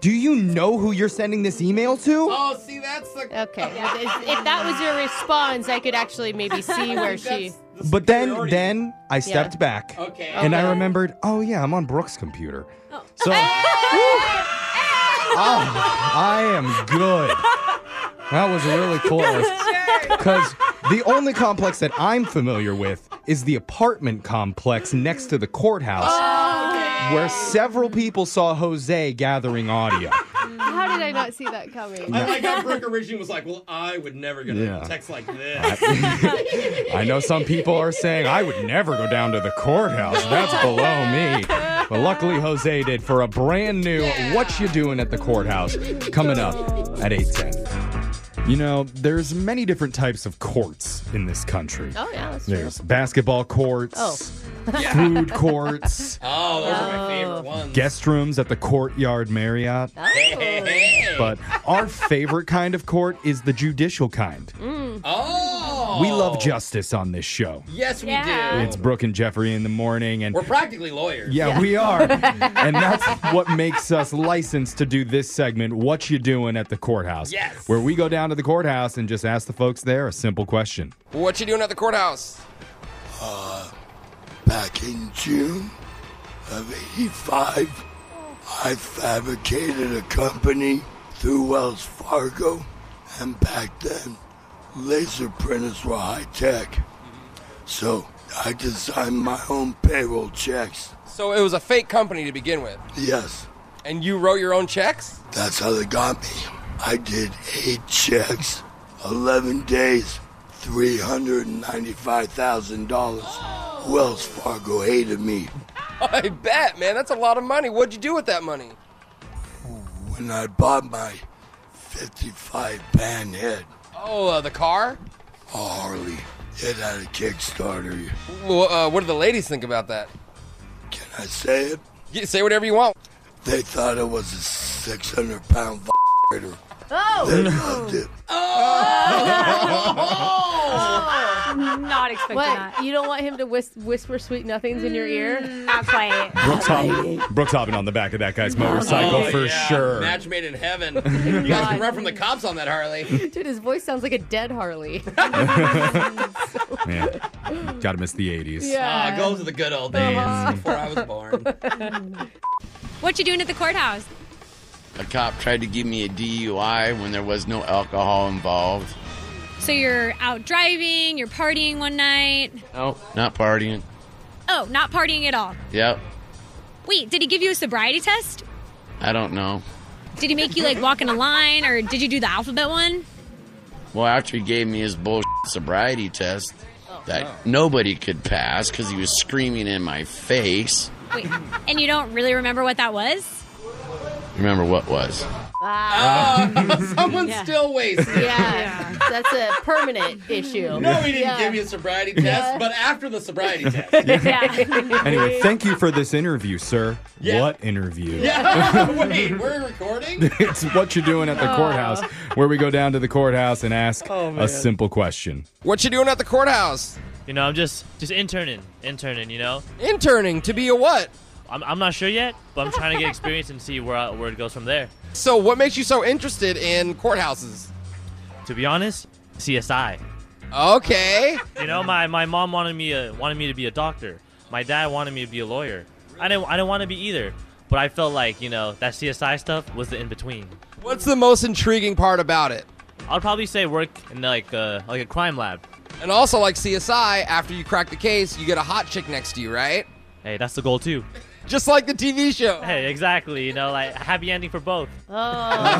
[SPEAKER 3] Do you know who you're sending this email to?
[SPEAKER 1] Oh, see, that's the.
[SPEAKER 2] Okay. if- If that was your response, I could actually
[SPEAKER 1] *laughs*
[SPEAKER 2] maybe see where she.
[SPEAKER 3] But then, then I stepped back,
[SPEAKER 2] Okay.
[SPEAKER 3] and I
[SPEAKER 2] Okay.
[SPEAKER 3] remembered. Oh yeah, I'm on Brooke's computer. So Woo! Oh, I am good. That was
[SPEAKER 2] *laughs*
[SPEAKER 3] really close. Because the only complex that I'm familiar with is the apartment complex next to the courthouse,
[SPEAKER 2] Oh.
[SPEAKER 3] where several people saw Jose gathering audio.
[SPEAKER 2] How did I
[SPEAKER 1] *laughs*
[SPEAKER 2] not see that coming?
[SPEAKER 1] I like how Brooke originally was like, well, I would never get a
[SPEAKER 3] Yeah.
[SPEAKER 1] text
[SPEAKER 2] *laughs*
[SPEAKER 1] like this.
[SPEAKER 3] I know some people are saying I would never go down to the courthouse. That's below me. But luckily, Jose did for a brand new "What You Doing at the Courthouse" coming up at eight ten. You know, there's many different types of courts in this country.
[SPEAKER 2] Oh yeah, that's true.
[SPEAKER 3] There's basketball courts,
[SPEAKER 2] Oh.
[SPEAKER 3] *laughs* food courts,
[SPEAKER 1] *laughs* Oh, those are my favorite ones.
[SPEAKER 3] guest rooms at the Courtyard Marriott.
[SPEAKER 2] Oh.
[SPEAKER 3] But our favorite kind of court is the judicial kind.
[SPEAKER 2] Mm.
[SPEAKER 1] Oh.
[SPEAKER 3] We love justice on this show.
[SPEAKER 1] Yes, we do.
[SPEAKER 3] It's Brooke and Jeffrey in the morning, and
[SPEAKER 1] We're practically lawyers.
[SPEAKER 3] yeah,
[SPEAKER 2] *laughs*
[SPEAKER 3] we are,
[SPEAKER 1] *laughs*
[SPEAKER 3] and that's what makes us licensed to do this segment. What you doing at the courthouse?
[SPEAKER 1] Yes.
[SPEAKER 3] where we go down to the courthouse and just ask the folks there a simple question.
[SPEAKER 22] What you doing at the courthouse?
[SPEAKER 23] Uh, back in June of 85, I fabricated a company through Wells Fargo, and back then, laser printers were high tech. So I designed my own payroll checks.
[SPEAKER 22] So it was a fake company to begin with,
[SPEAKER 23] Yes,
[SPEAKER 22] and you wrote your own checks? *laughs*
[SPEAKER 23] that's how they got me. I did eight checks, 11 days, $395,000. Wells Fargo hated me.
[SPEAKER 22] I bet, man. That's a lot of money. What'd you do with that money?
[SPEAKER 23] when I bought my 55 pan head,
[SPEAKER 22] Oh, uh, the car?
[SPEAKER 23] a Harley. It had a Kickstarter.
[SPEAKER 22] Well, uh, what do the ladies think about that?
[SPEAKER 23] Can I say it?
[SPEAKER 22] You say whatever you want.
[SPEAKER 23] They thought it was a 600 pound vibrator.
[SPEAKER 2] Oh.
[SPEAKER 3] *laughs*
[SPEAKER 23] They loved it.
[SPEAKER 1] Oh.
[SPEAKER 2] *laughs*
[SPEAKER 11] Not expecting
[SPEAKER 2] Oh. What?
[SPEAKER 11] that. Mm,
[SPEAKER 2] You don't want him to whis- whisper sweet nothings in your ear? Not quite.
[SPEAKER 3] Brooks hopping, Brooks hopping on the back of that guy's motorcycle
[SPEAKER 1] Oh,
[SPEAKER 3] for
[SPEAKER 1] yeah.
[SPEAKER 3] sure.
[SPEAKER 1] Match made
[SPEAKER 2] *laughs*
[SPEAKER 1] in heaven. you guys can run from the cops on that Harley.
[SPEAKER 2] Dude, his voice sounds like a dead
[SPEAKER 1] *laughs*
[SPEAKER 2] Harley. *laughs*
[SPEAKER 3] Man, gotta miss the '80s.
[SPEAKER 1] Ah, goes to the good old days
[SPEAKER 11] Uh-huh.
[SPEAKER 1] before
[SPEAKER 2] *laughs*
[SPEAKER 1] I was born.
[SPEAKER 11] *laughs* What you doing at the courthouse?
[SPEAKER 20] A cop tried to give me a DUI when there was no alcohol involved.
[SPEAKER 11] So you're out driving, you're partying one night.
[SPEAKER 20] No, not partying.
[SPEAKER 11] Oh, not partying at all.
[SPEAKER 20] Yep,
[SPEAKER 11] Wait, did he give you a sobriety test?
[SPEAKER 20] I don't know.
[SPEAKER 11] Did he make you like walk in a line or did you do the alphabet one?
[SPEAKER 20] Well, after he gave me his bullshit sobriety test that nobody could pass because he was screaming in my face.
[SPEAKER 11] Wait, and you don't really remember what that was?
[SPEAKER 20] Remember what was?
[SPEAKER 1] Someone's still wasted.
[SPEAKER 2] Yeah. That's a permanent issue.
[SPEAKER 1] No, he didn't
[SPEAKER 2] Yeah.
[SPEAKER 1] give you a sobriety test, but after the sobriety test.
[SPEAKER 2] Yeah.
[SPEAKER 3] *laughs* Anyway, thank you for this interview, sir.
[SPEAKER 1] Yeah.
[SPEAKER 3] What interview?
[SPEAKER 1] Yeah. *laughs* *laughs* Wait, we're recording?
[SPEAKER 3] it's what you're doing at the
[SPEAKER 1] Oh.
[SPEAKER 3] courthouse, where we go down to the courthouse and ask
[SPEAKER 22] Ah. Oh, man.
[SPEAKER 3] a simple question.
[SPEAKER 22] What you doing at the courthouse?
[SPEAKER 24] You know, I'm just just interning, interning. You know,
[SPEAKER 22] Interning to be a what?
[SPEAKER 24] I'm, I'm not sure yet, but I'm trying to get experience and see where I, where it goes from there.
[SPEAKER 22] So what makes you so interested in courthouses?
[SPEAKER 24] To be honest, CSI.
[SPEAKER 22] Okay.
[SPEAKER 24] You know, my, my mom wanted me a, wanted me to be a doctor. My dad wanted me to be a lawyer. I didn't I didn't want to be either. But I felt like you know that CSI stuff was the in between.
[SPEAKER 22] What's the most intriguing part about it?
[SPEAKER 24] I'd probably say work in like a, like a crime lab.
[SPEAKER 22] And also like CSI, after you crack the case, you get a hot chick next to you, right?
[SPEAKER 24] Hey, that's the goal too.
[SPEAKER 22] Just like the TV show.
[SPEAKER 24] Hey, exactly. You know, like happy ending for both.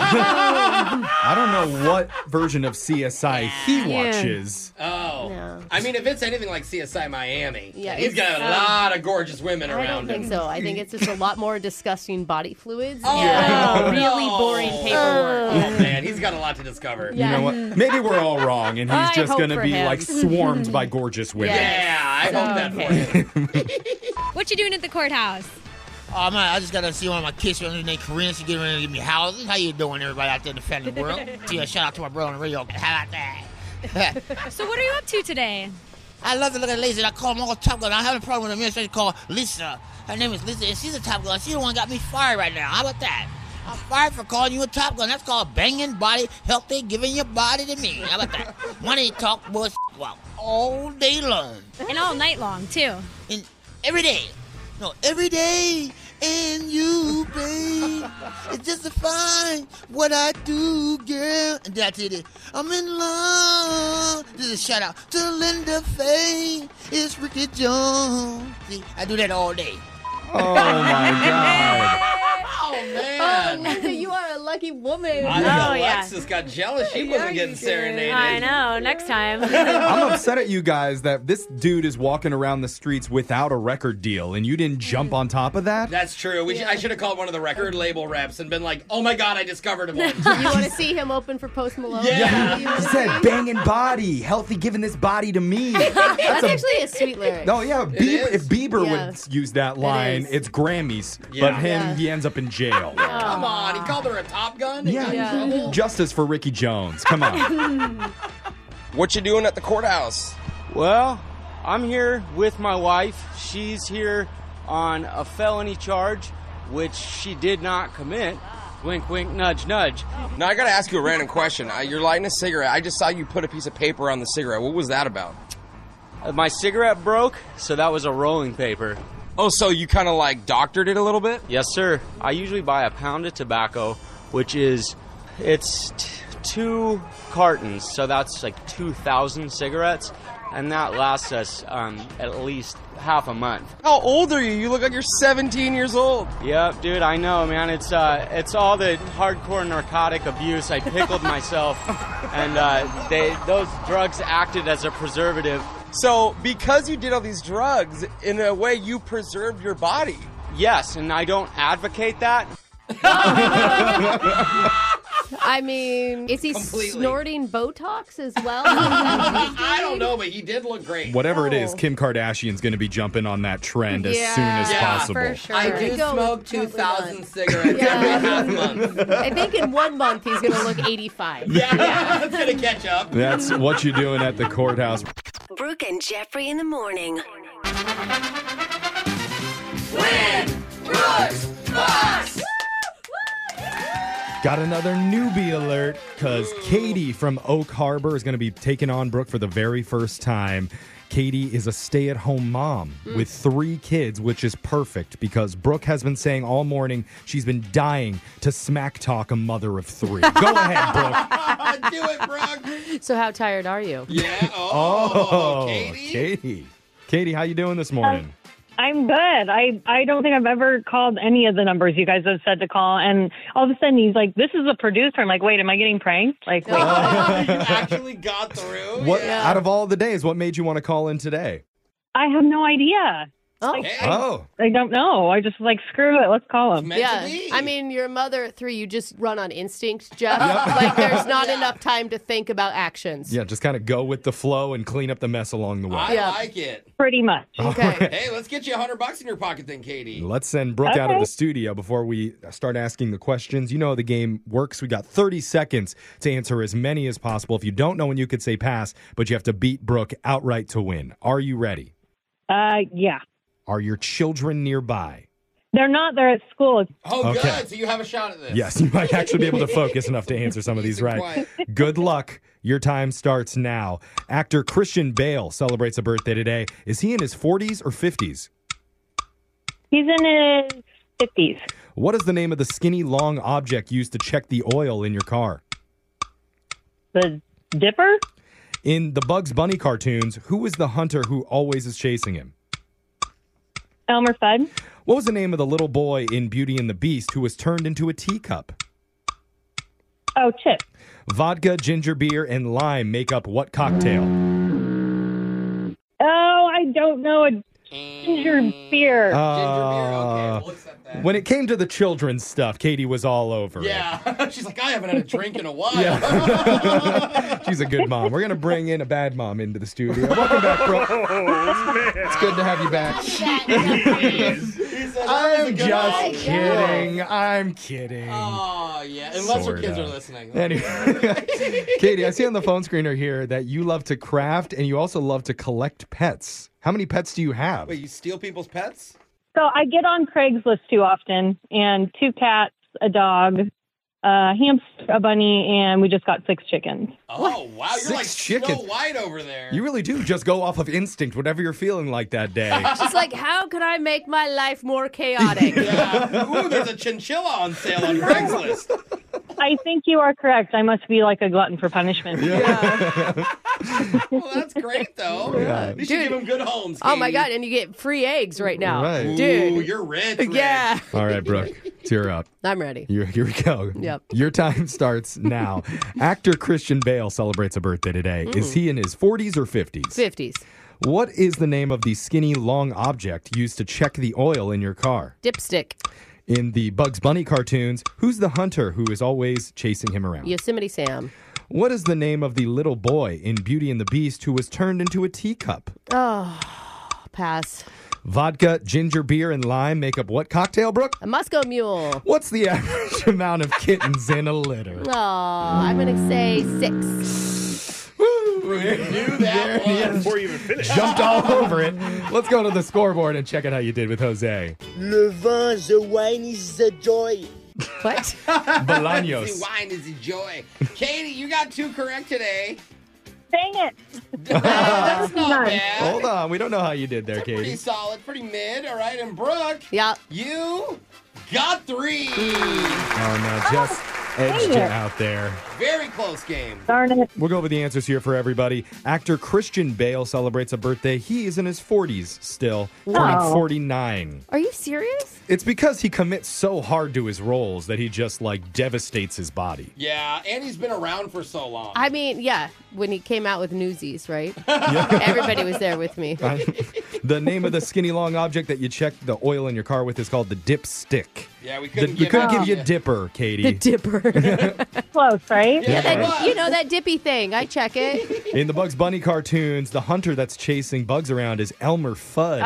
[SPEAKER 3] I don't know what version of CSI he watches.
[SPEAKER 1] Oh. I mean, if it's anything like CSI Miami,
[SPEAKER 2] Yeah,
[SPEAKER 1] he's
[SPEAKER 2] it's-
[SPEAKER 1] got a
[SPEAKER 2] um,
[SPEAKER 1] lot of gorgeous women
[SPEAKER 2] I don't
[SPEAKER 1] around
[SPEAKER 2] think
[SPEAKER 1] him.
[SPEAKER 2] so. I think it's just a lot more disgusting body fluids.
[SPEAKER 1] Oh,
[SPEAKER 2] and uh,
[SPEAKER 1] *laughs* no.
[SPEAKER 2] really boring paperwork.
[SPEAKER 1] Oh, man, he's got a lot to discover.
[SPEAKER 3] You know what? Maybe we're all wrong, and he's
[SPEAKER 2] I
[SPEAKER 3] just
[SPEAKER 2] hope
[SPEAKER 3] going to
[SPEAKER 2] for
[SPEAKER 3] be
[SPEAKER 2] him.
[SPEAKER 3] like swarmed
[SPEAKER 2] *laughs*
[SPEAKER 3] by gorgeous women.
[SPEAKER 1] Yeah, I hope that for
[SPEAKER 3] him.
[SPEAKER 11] What you doing at the courthouse?
[SPEAKER 25] Oh man, I just gotta see one of my kids running their Koreans to get ready to give me houses. How you doing, everybody out there in
[SPEAKER 11] *laughs*
[SPEAKER 25] the defending the world? yeah, shout out to my brother on the radio. How about that?
[SPEAKER 11] so what are you up to today?
[SPEAKER 25] I love to look at ladies that I call them all top girl. I have a problem with an administrator called Lisa. Her name is Lisa, and she's a top girl. She's the one that got me fired right now. How about that? I'm fired for calling you a top girl. That's called banging body, healthy, giving your body to me. How about
[SPEAKER 11] *laughs*
[SPEAKER 25] that? Money talk, bullshit walk, all day long.
[SPEAKER 11] And all night long too.
[SPEAKER 25] And every day. No, every day. And you, babe, it's just fine what I do, girl. And that's it. I'm in love. This is a shout out to Linda Faye. It's Ricky Jones. See, I do that all day.
[SPEAKER 2] *laughs*
[SPEAKER 3] Oh my god.
[SPEAKER 1] Oh man.
[SPEAKER 2] Oh, Linda, you are a lucky
[SPEAKER 7] Oh,
[SPEAKER 2] woman. Oh,
[SPEAKER 1] I think Alexis got jealous. She wasn't getting serenaded.
[SPEAKER 11] I know. Next
[SPEAKER 1] *laughs*
[SPEAKER 11] time.
[SPEAKER 3] I'm upset at you guys that this dude is walking around the streets without a record deal, and you didn't jump on top of that.
[SPEAKER 1] That's true. We sh- I should have called one of the record label reps and been like, "Oh my god,
[SPEAKER 11] *laughs*
[SPEAKER 1] I discovered one."
[SPEAKER 2] *laughs* Do you want to see him open for Post Malone?
[SPEAKER 3] He said banging body, healthy giving this body to
[SPEAKER 2] *laughs*
[SPEAKER 3] me.
[SPEAKER 2] That's
[SPEAKER 3] a-
[SPEAKER 2] actually a sweet lyric.
[SPEAKER 3] No, yeah, Bieber, if Bieber
[SPEAKER 2] Yeah.
[SPEAKER 3] would use that line,
[SPEAKER 2] is.
[SPEAKER 3] it's Grammys. But
[SPEAKER 1] Yeah.
[SPEAKER 3] him,
[SPEAKER 1] Yeah.
[SPEAKER 3] he ends up in jail.
[SPEAKER 1] Come on, he called her a Top Gun. and got in trouble? *laughs*
[SPEAKER 3] Justice for Ricky Jones. Come on.
[SPEAKER 22] What you doing at the courthouse?
[SPEAKER 10] Well, I'm here with my wife. She's here on a felony charge, which she did not commit. Wink, wink, nudge, nudge.
[SPEAKER 1] Oh,
[SPEAKER 22] Now I gotta ask you a random question. Uh, You're lighting a cigarette. I just saw you put a piece of paper on the cigarette. What was that about?
[SPEAKER 10] Uh, My cigarette broke, so that was a rolling paper.
[SPEAKER 22] Oh, so you kind of like doctored it a little bit?
[SPEAKER 10] Yes, sir. I usually buy a pound of tobacco, which is it's t- two cartons, so that's like two thousand cigarettes, and that lasts us um, at least half a month.
[SPEAKER 22] How old are you? You look like you're 17 years old.
[SPEAKER 10] Yep, dude, I know, man. It's uh, it's all the hardcore narcotic abuse. I
[SPEAKER 22] *laughs*
[SPEAKER 10] pickled myself, and uh, they those drugs acted as a preservative.
[SPEAKER 22] So because you did all these drugs, in a way, you preserved your body.
[SPEAKER 10] Yes, and I don't advocate that.
[SPEAKER 2] I mean, is he snorting Botox as well?
[SPEAKER 1] *laughs* I don't know, but he did look great.
[SPEAKER 3] Whatever
[SPEAKER 11] Oh,
[SPEAKER 3] it is, Kim Kardashian's going to be jumping on that trend as soon as possible.
[SPEAKER 1] I do smoke 2,000 cigarettes every half month.
[SPEAKER 2] I think in one month he's going to look 85.
[SPEAKER 1] *laughs* Yeah, it's going to catch up.
[SPEAKER 3] That's what you're doing at the courthouse.
[SPEAKER 4] Brooke and Jeffrey in the morning.
[SPEAKER 3] Got another newbie alert because Katie from Oak Harbor is going to be taking on Brooke for the very first time. Katie is a stay at home mom
[SPEAKER 12] Mm.
[SPEAKER 3] with three kids, which is perfect because Brooke has been saying all morning she's been dying to smack talk a mother of three. Go ahead, Brooke.
[SPEAKER 1] Do it, Brooke.
[SPEAKER 2] So how tired are you?
[SPEAKER 1] Yeah.
[SPEAKER 3] Oh, Katie. Katie. Katie, how you doing this morning?
[SPEAKER 26] I'm good. I, I don't think I've ever called any of the numbers you guys have said to call. And all of a sudden he's like, this is a producer. I'm like, wait, am I getting pranked? Like, wait.
[SPEAKER 7] *laughs*
[SPEAKER 1] Oh,
[SPEAKER 3] what out of all the days, what made you want to call in today?
[SPEAKER 26] I have no idea.
[SPEAKER 7] Oh.
[SPEAKER 26] Like, I don't know. I just like screw it. Let's call him.
[SPEAKER 7] Yeah, I mean, your mother at three, you just run on instinct, Jeff. *laughs* Like, there's not enough time to think about actions.
[SPEAKER 3] Yeah, just kind of go with the flow and clean up the mess along the way.
[SPEAKER 1] I like it.
[SPEAKER 26] Pretty much.
[SPEAKER 3] Okay.
[SPEAKER 1] *laughs* Hey, let's get you a hundred bucks in your pocket then, Katie.
[SPEAKER 3] Let's send Brooke out of
[SPEAKER 1] Okay.
[SPEAKER 3] the studio before we start asking the questions. You know how the game works. We got 30 seconds to answer as many as possible. If you don't know when you could say pass, but you have to beat Brooke outright to win. Are you ready?
[SPEAKER 26] Uh, yeah.
[SPEAKER 3] Are your children nearby?
[SPEAKER 26] They're not. They're at school.
[SPEAKER 1] Oh,
[SPEAKER 3] Okay.
[SPEAKER 1] good. So you have a shot at this.
[SPEAKER 3] Yes, you might actually be able to focus enough to answer some of these right.
[SPEAKER 1] quiet.
[SPEAKER 3] Good luck. Your time starts now. Actor Christian Bale celebrates a birthday today. Is he in his 40s or 50s?
[SPEAKER 26] He's in his fifties.
[SPEAKER 3] What is the name of the skinny, long object used to check the oil in your car?
[SPEAKER 26] The dipper?
[SPEAKER 3] In the Bugs Bunny cartoons, who is the hunter who always is chasing him?
[SPEAKER 26] Elmer Fudd.
[SPEAKER 3] What was the name of the little boy in Beauty and the Beast who was turned into a teacup?
[SPEAKER 26] Oh, Chip.
[SPEAKER 3] Vodka, ginger beer, and lime make up what cocktail?
[SPEAKER 26] Oh, I don't know. A ginger beer.
[SPEAKER 3] Uh, When it came to the children's stuff, Katie was all over
[SPEAKER 1] *laughs*
[SPEAKER 3] it.
[SPEAKER 1] Yeah. *laughs* She's like, I haven't had a drink in a while. *laughs*
[SPEAKER 3] *laughs* She's a good mom. We're going to bring in a bad mom into the studio. Welcome back, Brooke. It's good to have you back.
[SPEAKER 1] *laughs*
[SPEAKER 3] *laughs* I'm just kidding. I'm kidding.
[SPEAKER 1] Oh, yeah. Unless her
[SPEAKER 3] Sorta.
[SPEAKER 1] kids are listening. *laughs*
[SPEAKER 3] Anyway, *laughs* Katie, I see on the phone screener here that you love to craft and you also love to collect pets. How many pets do you have?
[SPEAKER 1] Wait, you steal people's pets?
[SPEAKER 26] So I get on Craigslist too often, and two cats, a dog, a hamster, a bunny, and we just got six chickens.
[SPEAKER 1] Oh, wow. You're like
[SPEAKER 3] chickens.
[SPEAKER 1] Snow White over there.
[SPEAKER 3] You really do just go off of instinct, whatever you're feeling like
[SPEAKER 2] *laughs*
[SPEAKER 3] that day.
[SPEAKER 1] *laughs*
[SPEAKER 2] She's like, how could I make my life more chaotic?
[SPEAKER 1] Ooh, there's a chinchilla on sale on Craigslist. *laughs*
[SPEAKER 26] I think you are correct. I must be like a glutton for punishment.
[SPEAKER 1] *laughs* Well, that's great,
[SPEAKER 3] *laughs*
[SPEAKER 1] though.
[SPEAKER 26] Yeah.
[SPEAKER 1] You should give them good homes.
[SPEAKER 7] Oh my
[SPEAKER 1] Katie.
[SPEAKER 7] god, and you get free eggs right now,
[SPEAKER 3] Right.
[SPEAKER 7] dude.
[SPEAKER 1] Ooh, you're rich.
[SPEAKER 7] *laughs* Yeah,
[SPEAKER 3] All right, Brooke, tear up.
[SPEAKER 7] I'm ready.
[SPEAKER 3] Here, here we go.
[SPEAKER 7] Yep.
[SPEAKER 3] Your time starts now. Actor Christian Bale celebrates a birthday today. Is
[SPEAKER 7] Mm.
[SPEAKER 3] he in his 40s or 50s?
[SPEAKER 7] Fifties
[SPEAKER 3] What is the name of the skinny, long object used to check the oil in your car?
[SPEAKER 7] dipstick,
[SPEAKER 3] In the Bugs Bunny cartoons, who's the hunter who is always chasing him around?
[SPEAKER 7] Yosemite Sam.
[SPEAKER 3] What is the name of the little boy in Beauty and the Beast who was turned into a teacup?
[SPEAKER 7] Oh, pass.
[SPEAKER 3] Vodka, ginger beer, and lime make up what cocktail, Brooke?
[SPEAKER 7] A Moscow Mule.
[SPEAKER 3] What's the average *laughs* amount of kittens in a litter?
[SPEAKER 7] Oh, I'm gonna say six.
[SPEAKER 1] knew
[SPEAKER 3] *laughs*
[SPEAKER 1] that
[SPEAKER 3] one
[SPEAKER 1] before you even finished.
[SPEAKER 3] Jumped all over it. Let's go to the scoreboard and check out how you did with Jose.
[SPEAKER 27] Le vin, the wine is the joy.
[SPEAKER 7] What?
[SPEAKER 3] Bolaños.
[SPEAKER 1] See, wine is a joy. Katie, you got two correct today.
[SPEAKER 26] Dang it. *laughs*
[SPEAKER 1] *laughs* That's not bad.
[SPEAKER 3] Hold on, we don't know how you did there,
[SPEAKER 1] Pretty
[SPEAKER 3] Katie.
[SPEAKER 1] solid, pretty mid. All right, and Brooke.
[SPEAKER 7] Yeah.
[SPEAKER 1] You got three.
[SPEAKER 3] Oh no, just edged
[SPEAKER 1] dang
[SPEAKER 3] you
[SPEAKER 1] it.
[SPEAKER 3] out there.
[SPEAKER 1] Very close game.
[SPEAKER 26] Darn it.
[SPEAKER 3] We'll go over the answers here for everybody. Actor Christian Bale celebrates a birthday. He is in his 40s still, turning
[SPEAKER 2] Wow.
[SPEAKER 3] 49.
[SPEAKER 2] Are you serious?
[SPEAKER 3] It's because he commits so hard to his roles that he just like devastates his body. *laughs*
[SPEAKER 1] Yeah, and he's been around for so long.
[SPEAKER 7] I mean, yeah, when he came out with Newsies, right? Everybody was there with
[SPEAKER 3] *laughs*
[SPEAKER 7] me.
[SPEAKER 3] I- the name of the skinny long object that you check the oil in your car with is called the dipstick.
[SPEAKER 1] Yeah, we
[SPEAKER 3] The-
[SPEAKER 1] couldn't
[SPEAKER 3] we
[SPEAKER 1] give
[SPEAKER 3] couldn't
[SPEAKER 1] it
[SPEAKER 3] give
[SPEAKER 1] to
[SPEAKER 3] you
[SPEAKER 1] you.
[SPEAKER 3] a dipper, Katie.
[SPEAKER 7] The dipper.
[SPEAKER 26] Close, right?
[SPEAKER 7] Yeah,
[SPEAKER 3] Yeah.
[SPEAKER 7] that, you know that dippy thing. I check
[SPEAKER 3] *laughs*
[SPEAKER 7] it.
[SPEAKER 3] In the Bugs Bunny cartoons, the hunter that's chasing bugs around is Elmer Fudd.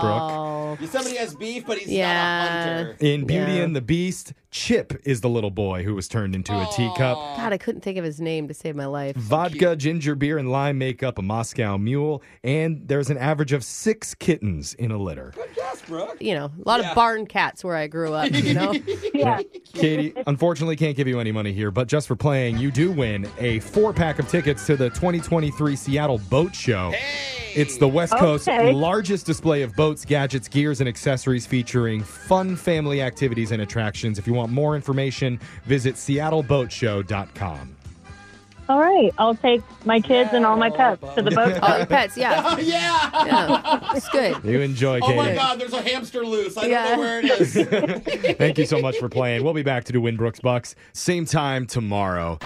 [SPEAKER 3] Brooke.
[SPEAKER 7] Oh,
[SPEAKER 1] Somebody has beef, but he's
[SPEAKER 7] yeah.
[SPEAKER 1] not a hunter.
[SPEAKER 3] In Beauty and the Beast, Chip is the little boy who was turned into a teacup.
[SPEAKER 7] God, I couldn't think of his name to save my life.
[SPEAKER 3] Vodka, ginger beer, and lime make up a Moscow mule, and there's an average of six kittens in a litter.
[SPEAKER 7] You know, a lot of barn cats where I grew up. You
[SPEAKER 1] *laughs*
[SPEAKER 7] know. yeah.
[SPEAKER 3] Katie, unfortunately, can't give you any money here, but just for playing, you do win a four pack of tickets to the 2023 Seattle Boat Show. It's the West Coast's
[SPEAKER 12] Okay.
[SPEAKER 3] largest display of boats, gadgets, gears, and accessories featuring fun family activities and attractions. If you want more information, visit seattleboatshow.com.
[SPEAKER 26] All right. I'll take my kids and all my pets to the boat.
[SPEAKER 7] All your pets, yeah.
[SPEAKER 1] Oh, *laughs* yeah.
[SPEAKER 7] yeah. It's good.
[SPEAKER 3] You enjoy,
[SPEAKER 1] Oh
[SPEAKER 3] Katie.
[SPEAKER 1] my God, there's a hamster loose. I
[SPEAKER 7] Yeah.
[SPEAKER 1] don't know where it is.
[SPEAKER 3] Thank you so much for playing. We'll be back to do Winbrooks Bucks same time tomorrow.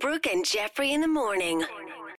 [SPEAKER 4] Brooke and Jeffrey in the morning.